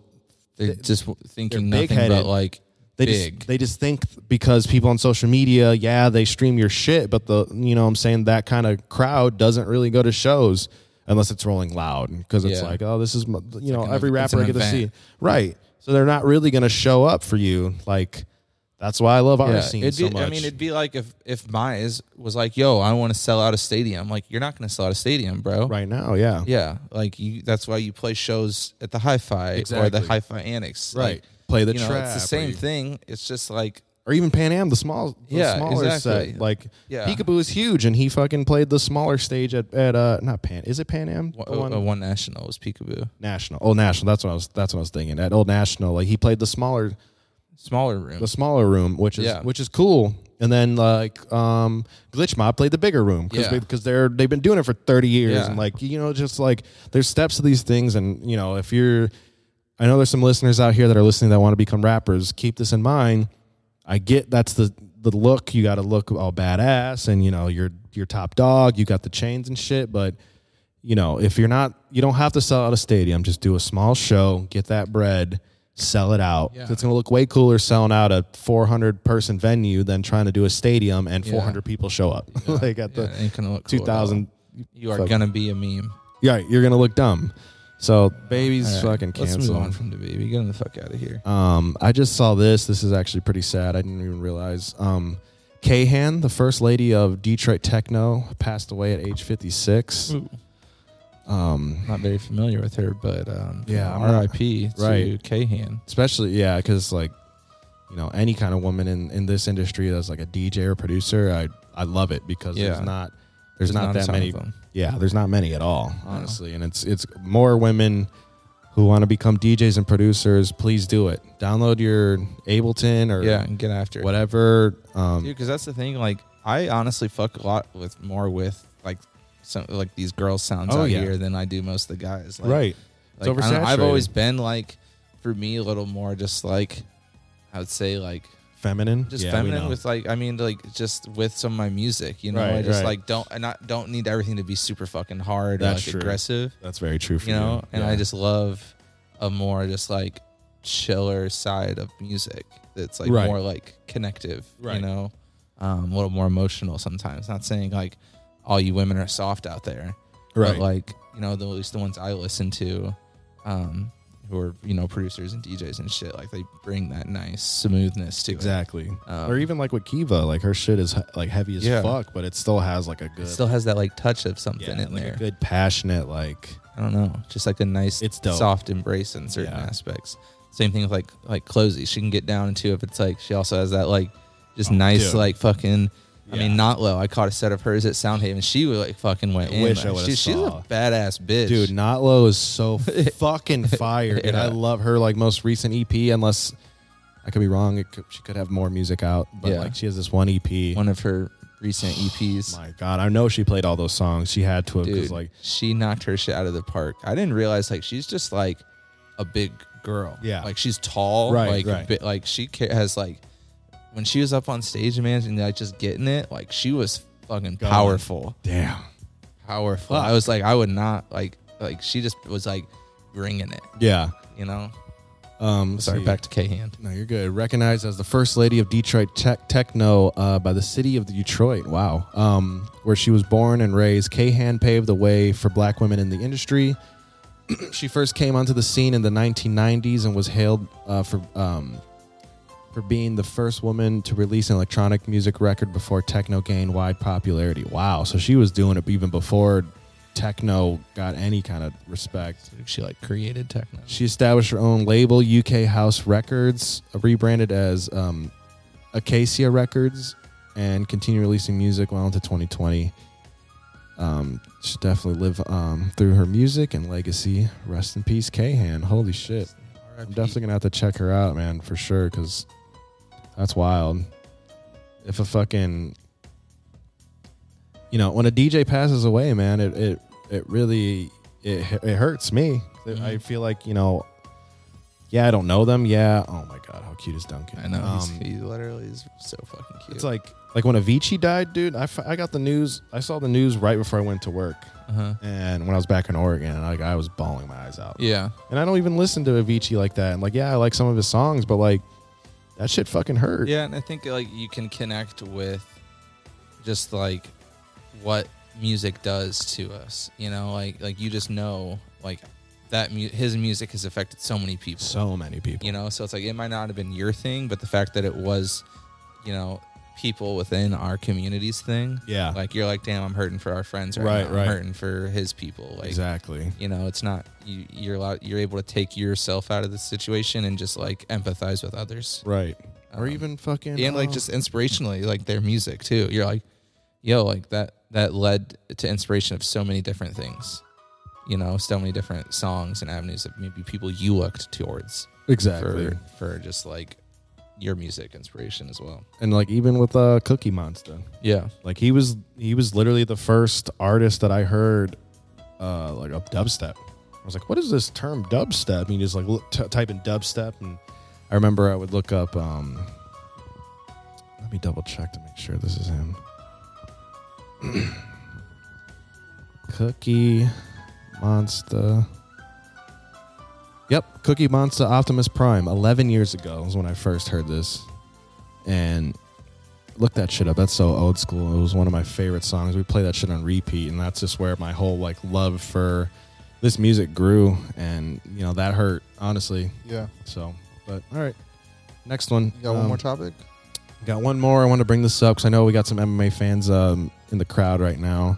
They're just w- thinking
they're
nothing but
big-headed.
like
they
big.
just they just think because people on social media, yeah, they stream your shit, but the you know what I'm saying that kind of crowd doesn't really go to shows unless it's rolling loud because it's
Yeah.
like, oh, this is my, you know
like an
every
ev- it's
rapper
an
I get to see,
event.
right? So they're not really going to show up for you. Like that's why I love our scene
it'd
so
be-
much.
I mean, it'd be like if if Mize was like, "Yo, I want to sell out a stadium." Like, you're not going to sell out a stadium, bro.
right now, yeah,
Yeah. Like, you. That's why you play shows at the Hi-Fi or
Exactly.
the Hi-Fi Annex.
right.
Like,
Play the
you know,
trap,
it's
or
the same
you-
thing. It's just like,
or even Pan Am, the small, the
Yeah,
smaller
exactly.
set. Like
Yeah.
Peekaboo is huge, and he fucking played the smaller stage at at uh not Pan, is it Pan Am?
one,
The one-
uh, one national was Peekaboo,
National, Old National. That's what I was. That's what I was thinking. At Old National, like he played the smaller,
smaller room.
the smaller room, which is
Yeah.
which is cool. And then like um, Glitch Mob played the bigger room because
Yeah.
they, are they've been doing it for thirty years
Yeah.
and like you know just like there's steps to these things and you know if you're, I know there's some listeners out here that are listening that want to become rappers. Keep this in mind. I get that's the the look you got to look all badass and you know you're your top dog. You got the chains and shit, but you know, if you're not, you don't have to sell out a stadium. Just do a small show, get that bread, sell it out.
Yeah.
It's going to look way cooler selling out a 400 person venue than trying to do a stadium and
Yeah.
400 people show up. like at the
Yeah, it ain't gonna look cool at all.
2000.
You are
fuck.
gonna be a meme.
Yeah, you're going to look dumb. So, baby's
All right,
fucking
Let's move on
canceled.
from the baby. Get him the fuck out of here.
Um, I just saw this. This is actually pretty sad. I didn't even realize. Um, Kahan, the first lady of Detroit techno, passed away at age 56.
Ooh.
Um,
Not very familiar with her, but um,
Yeah, I'm not-
R.I.P. to
Right.
Kahan.
especially yeah because like you know any kind of woman in in this industry that's like a dj or producer i i love it because
Yeah.
there's not there's, not,
a
that
ton of
many
them.
yeah there's not many at all honestly and it's it's more women who want to become djs and producers please do it download your ableton or
Yeah, and get after it.
whatever um
dude because that's the thing like i honestly fuck a lot with more with like some like these girl sounds
Oh,
out
yeah.
here than i do most of the guys like,
right
like,
It's
I don't know, i've
oversaturated.
always been like for me a little more just like i would say like
feminine
just
Yeah, we
feminine
know.
with like i mean like just with some of my music you know
Right,
i just
right.
like don't and i don't need everything to be super fucking hard
That's
or like
true.
aggressive
that's very true for
you know and i
Yeah.
just love a more just like chiller side of music that's like
Right.
more like connective
Right.
you know um, a little more emotional sometimes not saying like all you women are soft out there
right
but like you know the, at least the ones i listen to um, who are you know producers and djs and shit like they bring that nice smoothness to
exactly
it um,
or even like with kiva like her shit is he- like heavy as
Yeah.
fuck but it still has like a
it
good
still has that like touch of something in
like
there
a good passionate like
I don't know, just like a nice,
It's dope.
soft embrace in certain
Yeah.
aspects. Same thing with like like Closey. She can get down into if it's like she also has that like just
Oh,
nice
dude.
like fucking. I
Yeah.
mean, not low. I caught a set of hers at Soundhaven. She was like fucking went
I
in.
wish
like,
I would've
she- She's
saw.
a badass bitch,
dude notlow is so fucking fire dude
Yeah.
i love her like most recent ep unless i could be wrong it could, she could have more music out but
Yeah.
like she has this one ep
One of her recent EPs.
my god i know she played all those songs she had to have
Dude,
because like
she knocked her shit out of the park. I didn't realize like she's just like a big girl.
Yeah.
like she's tall.
Right,
like
right.
bi- like she ca- has like when she was up on stage, man, and like just getting it, like she was fucking
Going.
powerful.
damn
powerful. I was like, I would not like like she just was like bringing it,
Yeah.
you know.
Um, let's
Sorry,
see.
back to Cahan.
No, you're good. Recognized as the first lady of Detroit tech- techno uh, by the city of Detroit. Wow. Um, where she was born and raised, Kahan paved the way for black women in the industry. she first came onto the scene in the 1990s and was hailed uh, for um, for being the first woman to release an electronic music record before techno gained wide popularity. Wow. So she was doing it even before techno got any kind of respect.
She like created techno.
She established her own label, UK House Records, rebranded as um, Acacia Records, and continued releasing music well into 2020. Um, she definitely live um, through her music and legacy. Rest in peace, Kahan. Holy shit. I'm definitely gonna have to check her out, man, for sure, because that's wild. If a fucking, you know, when a DJ passes away, man, it it it really it it hurts me.
Mm-hmm.
I feel like you know, yeah, I don't know them. Yeah, oh my god, how cute is Duncan?
I know he's,
Um,
he literally is so fucking cute.
it's like like when Avicii died, dude. I, f- I got the news. I saw the news right before I went to work,
uh-huh.
and when I was back in Oregon, and like I was bawling my eyes out.
yeah,
And I don't even listen to Avicii like that. And like, yeah, I like some of his songs, but like that shit fucking hurt.
yeah, and I think like you can connect with just like what music does to us, you know, like like you just know like that mu- his music has affected so many people.
So many people.
you know so it's like it might not have been your thing but the fact that it was you know people within our communities thing
Yeah.
like you're like damn i'm hurting for our friends right,
Right,
now.
right.
i'm hurting for his people like
exactly.
you know it's not you you're allowed you're able to take yourself out of the situation and just like empathize with others
Right. or
Um,
even fucking
and like
uh,
just inspirationally like their music too you're like yo like that that led to inspiration of so many different things you know so many different songs and avenues that maybe people you looked towards
exactly.
for for just like your music inspiration as well.
and like even with uh, Cookie Monster,
Yeah,
like he was he was literally the first artist that I heard uh like a dubstep. I was like, what is this term dubstep? And you just like look, t- type in dubstep, and I remember I would look up. um Let me double check to make sure this is him. Cookie Monster. Yep, Cookie Monster Optimus Prime. Eleven years ago is when I first heard this, and look that shit up. That's so old school. It was one of my favorite songs. We play that shit on repeat, and that's just where my whole like love for this music grew. And you know that hurt honestly.
Yeah.
So, but all right, next one.
You got one
Um,
more topic?
Got one more. I want to bring this up because I know we got some MMA fans um, in the crowd right now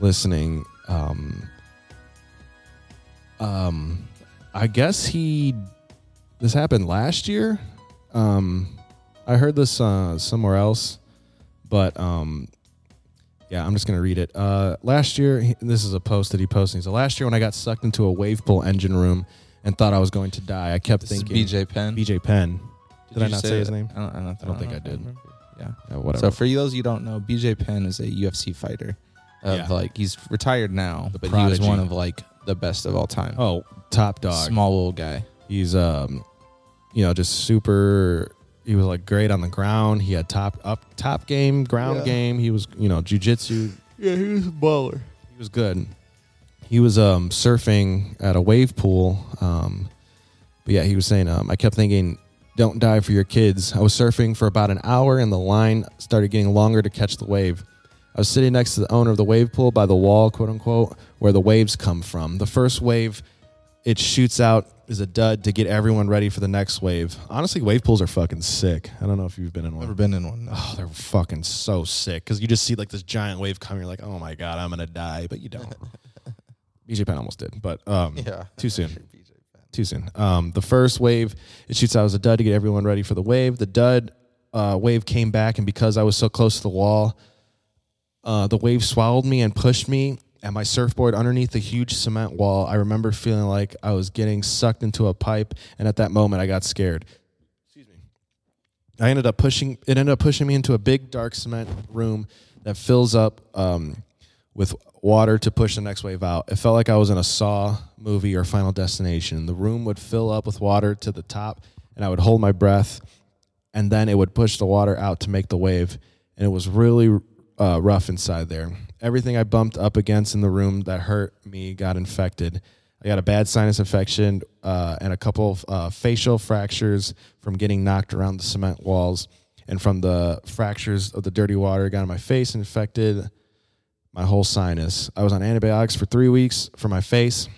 listening. Um, um, I guess he. This happened last year. Um, I heard this uh, somewhere else, but um, yeah, I'm just gonna read it. Uh, last year, he- this is a post that he posted. He said, "Last year, when I got sucked into a wave pool engine room and thought I was going to die, I kept
this
thinking
is BJ Penn.
BJ Penn. Did, I
you
not say his
that?
name?
I don't, I don't,
I don't think
know
I
if
did.
remember. Yeah.
Yeah, whatever.
So for you those you don't know, BJ Penn is a UFC fighter. Of
Yeah.
Like he's retired now,
The
but he
prodigy.
was one of like the best of all time.
Oh, top dog.
Small little guy.
He's um, you know, just super. He was like great on the ground. He had top up top game, ground
Yeah.
game. He was you know jujitsu.
Yeah, he was a baller.
He was good. He was um surfing at a wave pool. Um, but yeah, he was saying um, I kept thinking. Don't die for your kids. I was surfing for about an hour and the line started getting longer to catch the wave. I was sitting next to the owner of the wave pool by the wall, quote unquote, where the waves come from. The first wave it shoots out is a dud to get everyone ready for the next wave. Honestly, wave pools are fucking sick. I don't know if you've been in one.
Never been in one.
Oh, they're fucking so sick because you just see like this giant wave coming. You're like, oh my god, I'm gonna die, but you don't. BJ Penn almost did, but um,
Yeah.
too soon. Too soon. Um, the first wave, it shoots out as a dud to get everyone ready for the wave. The dud uh, wave came back, and because I was so close to the wall, uh, the wave swallowed me and pushed me and my surfboard underneath the huge cement wall. I remember feeling like I was getting sucked into a pipe, and at that moment, I got scared. I ended up pushing. It ended up pushing me into a big dark cement room that fills up um, with water to push the next wave out. It felt like I was in a Saw movie or Final Destination. The room would fill up with water to the top, and I would hold my breath, and then it would push the water out to make the wave. And it was really uh, rough inside there. everything I bumped up against in the room that hurt me got infected. I got a bad sinus infection uh, and a couple of uh, facial fractures from getting knocked around the cement walls and from the fractures of the dirty water got in my face infected my whole sinus. I was on antibiotics for three weeks for my face.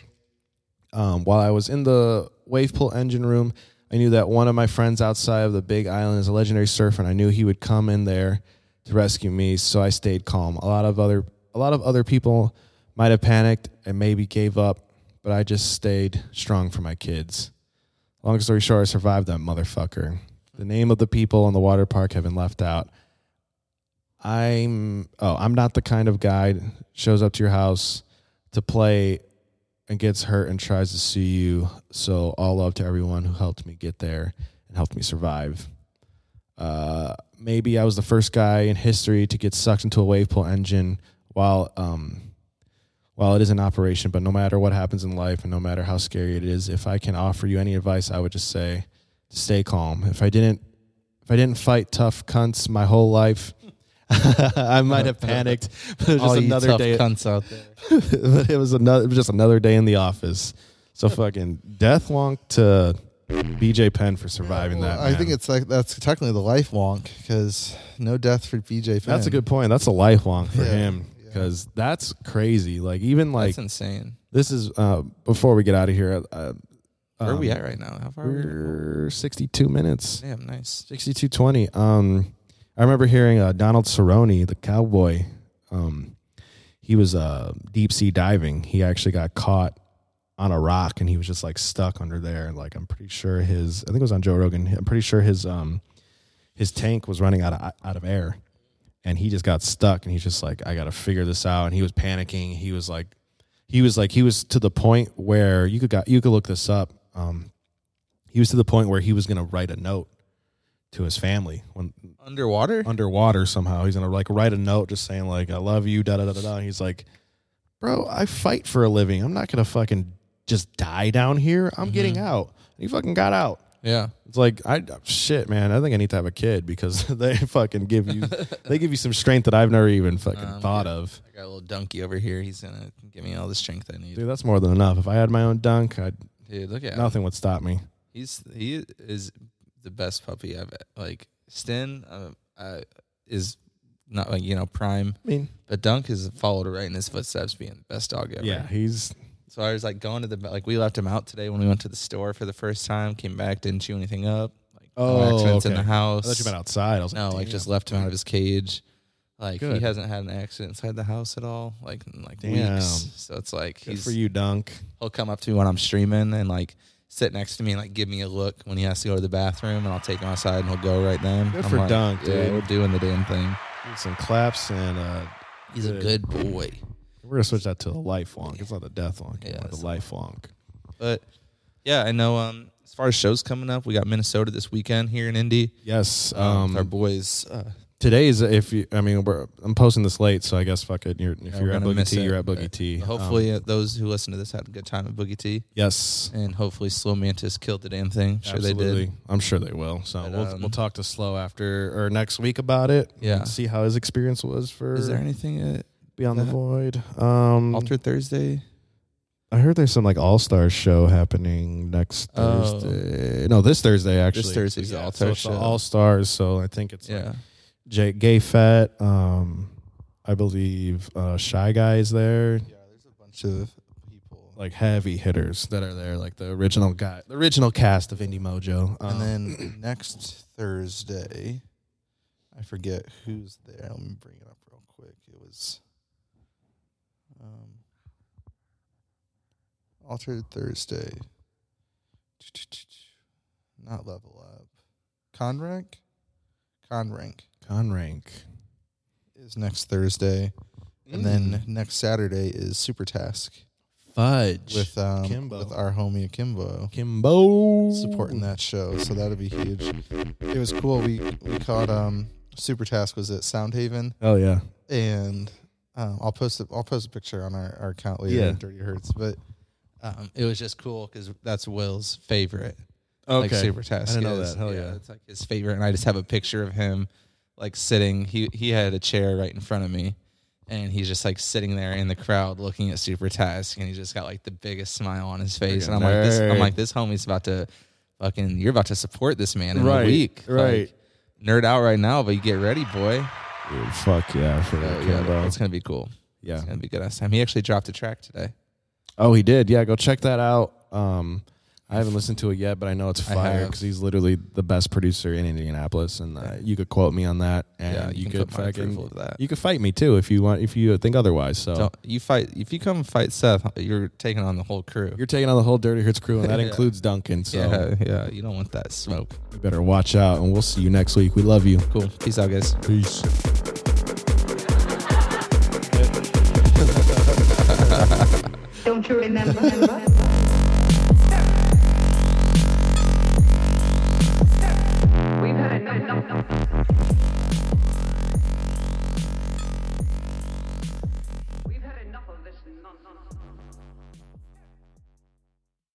Um, while I was in the wave pool engine room, I knew that one of my friends outside of the Big Island is a legendary surfer, and I knew he would come in there to rescue me. So I stayed calm. A lot of other a lot of other people might have panicked and maybe gave up, but I just stayed strong for my kids. Long story short, I survived that motherfucker. The name of the people in the water park have been left out. I'm oh, I'm not the kind of guy that shows up to your house to play and gets hurt and tries to sue you. So all love to everyone who helped me get there and helped me survive. Uh, maybe I was the first guy in history to get sucked into a wave pool engine while um, while it is in operation. But no matter what happens in life and no matter how scary it is, if I can offer you any advice, I would just say stay calm. If I didn't if I didn't fight tough cunts my whole life, I might have panicked. But it was
All
just
you
another
tough
day
cunts out there.
but it was another it was just another day in the office. So fucking death wonk to BJ Penn for surviving that.
I think
man.
it's like that's technically the life wonk because no death for BJ. Finn.
that's a good point. That's a life wonk for
Yeah,
him
yeah.
because that's crazy. Like even like
That's insane.
this is uh, before we get out of here. Uh,
Where are we
um,
at right now? How far? Are
We're sixty-two minutes.
we? Damn, nice.
Sixty-two twenty. Um, I remember hearing uh, Donald Cerrone, the cowboy. Um, he was uh deep sea diving. He actually got caught on a rock and he was just like stuck under there. Like I'm pretty sure his I think it was on Joe Rogan. I'm pretty sure his um his tank was running out of out of air, and he just got stuck. And he's just like, I got to figure this out. And he was panicking. He was like, he was like, he was to the point where you could got you could look this up. Um, he was to the point where he was gonna write a note to his family when
Underwater?
underwater somehow. He's gonna like write a note just saying like I love you, da da da da da. And he's like, Bro, I fight for a living. I'm not gonna fucking just die down here. I'm getting out. And he fucking got out.
Yeah.
It's like I shit, man. I think I need to have a kid because they fucking give you they give you some strength that I've never even fucking
Um,
thought of.
I got a little donkey over here. He's gonna give me all the strength I need. Dude,
Dude, that's more than enough. If I had my own dunk, I'd,
look at him.
nothing would stop me.
He's he is the best puppy I've like. Stin uh, uh, is not like you know prime,
I mean,
but Dunk has followed right in his footsteps, being the best dog ever.
yeah, he's
So I was like going to the like we left him out today when we went to the store for the first time. Came back, didn't chew anything up. Like no
Oh,
accidents in
okay.
the
I
house.
thought you meant outside. I was
No,
like,
like
damn.
just left him out of his cage. Like
Good.
he hasn't had an accident inside the house at all, like in like
Damn.
weeks. So it's like
Good
he's
for you, Dunk.
he'll come up to me when I'm streaming and like sit next to me and like give me a look when he has to go to the bathroom and I'll take him outside and he'll go right then.
Good
I'm
for
like,
Dunk,
yeah,
dude.
We're doing the damn thing.
Some claps and uh,
He's a
Good.
good boy.
We're gonna switch that to a life wonk. It's not the death wonk.
Yeah,
Yeah, the
it's-
life wonk.
But yeah, I know um as far as shows coming up, we got Minnesota this weekend here in Indy.
Yes.
Um,
Um,
our boys uh,
today is if you. I mean, we're, I'm posting this late, so I guess fuck it. You're, if
yeah,
you're
we're
at
gonna
Boogie
miss
T,
it,
you're at Boogie
but
T. Um,
Hopefully uh, those who listen to this had a good time at Boogie T.
yes.
And hopefully Slow Mantis killed the damn thing. I'm Sure they did.
absolutely. I'm sure they will. So
But,
we'll
um,
we'll talk to Slow after or next week about it.
Yeah.
and See how his experience was for
Is there anything at
Beyond the
that-
Void. Um,
Alter Thursday?
I heard there's some like All Star show happening next
Oh.
Thursday. No, this Thursday actually.
Thursday's the All-Star
so it's the
show.
All Stars. So I think it's like
Yeah.
Jake Gay Fat. Um, I believe uh, Shy Guy is there.
Yeah, there's a bunch of people.
Like heavy hitters that are there, like the original guy, the original cast of Indie Mojo. Um,
and then next Thursday, I forget who's there. Let me bring it up real quick. It was um, altered Thursday. Not level up. Conrank. Conrank
Conrank.
is next Thursday, and
Mm.
then next Saturday is Super Task
Fudge
with um,
Akimbo.
with our homie Akimbo.
Kimbo
supporting that show, so that'd be huge. It was cool. We we caught um Super Task was at Soundhaven,
Oh yeah,
and um, I'll post a, I'll post a picture on our, our account later.
Yeah.
Yeah. Dirty Hurts, but
Um, it was just cool because that's Will's favorite. Like
Okay.
super test.
I didn't know
is.
that. Hell yeah.
It's like his favorite, and I just have a picture of him like sitting. He he had a chair right in front of me, and he's just like sitting there in the crowd looking at Super Task, and he's just got like the biggest smile on his face. And I'm like, this, I'm
nerd.
like, this homie's about to fucking, you're about to support this man in
Right,
a week, Like,
right.
nerd out right now, but you get ready, boy.
Dude, fuck yeah, for
So,
that
yeah,
Kimbo.
it's gonna be cool.
Yeah.
It's gonna be good ass time. He actually dropped a track today.
Oh, he did. Yeah, go check that out. Um, I haven't listened to it yet, but I know it's
I
fire
have.
because he's literally the best producer in Indianapolis, and uh, you could quote me on that, and
Yeah,
you,
you can
could
put my approval
fucking
of that.
you could fight me too if you want if you think otherwise. So
Don't, you fight if you come fight Seth, you're taking on the whole crew.
you're taking on the whole Dirty Hurts crew, and that
Yeah.
includes Duncan. So
yeah, yeah. You don't want that smoke.
you better watch out, and we'll see you next week. We love you.
Cool. Peace out, guys.
Peace.
Don't you remember? remember?
We've had enough. We've had enough of this nonsense.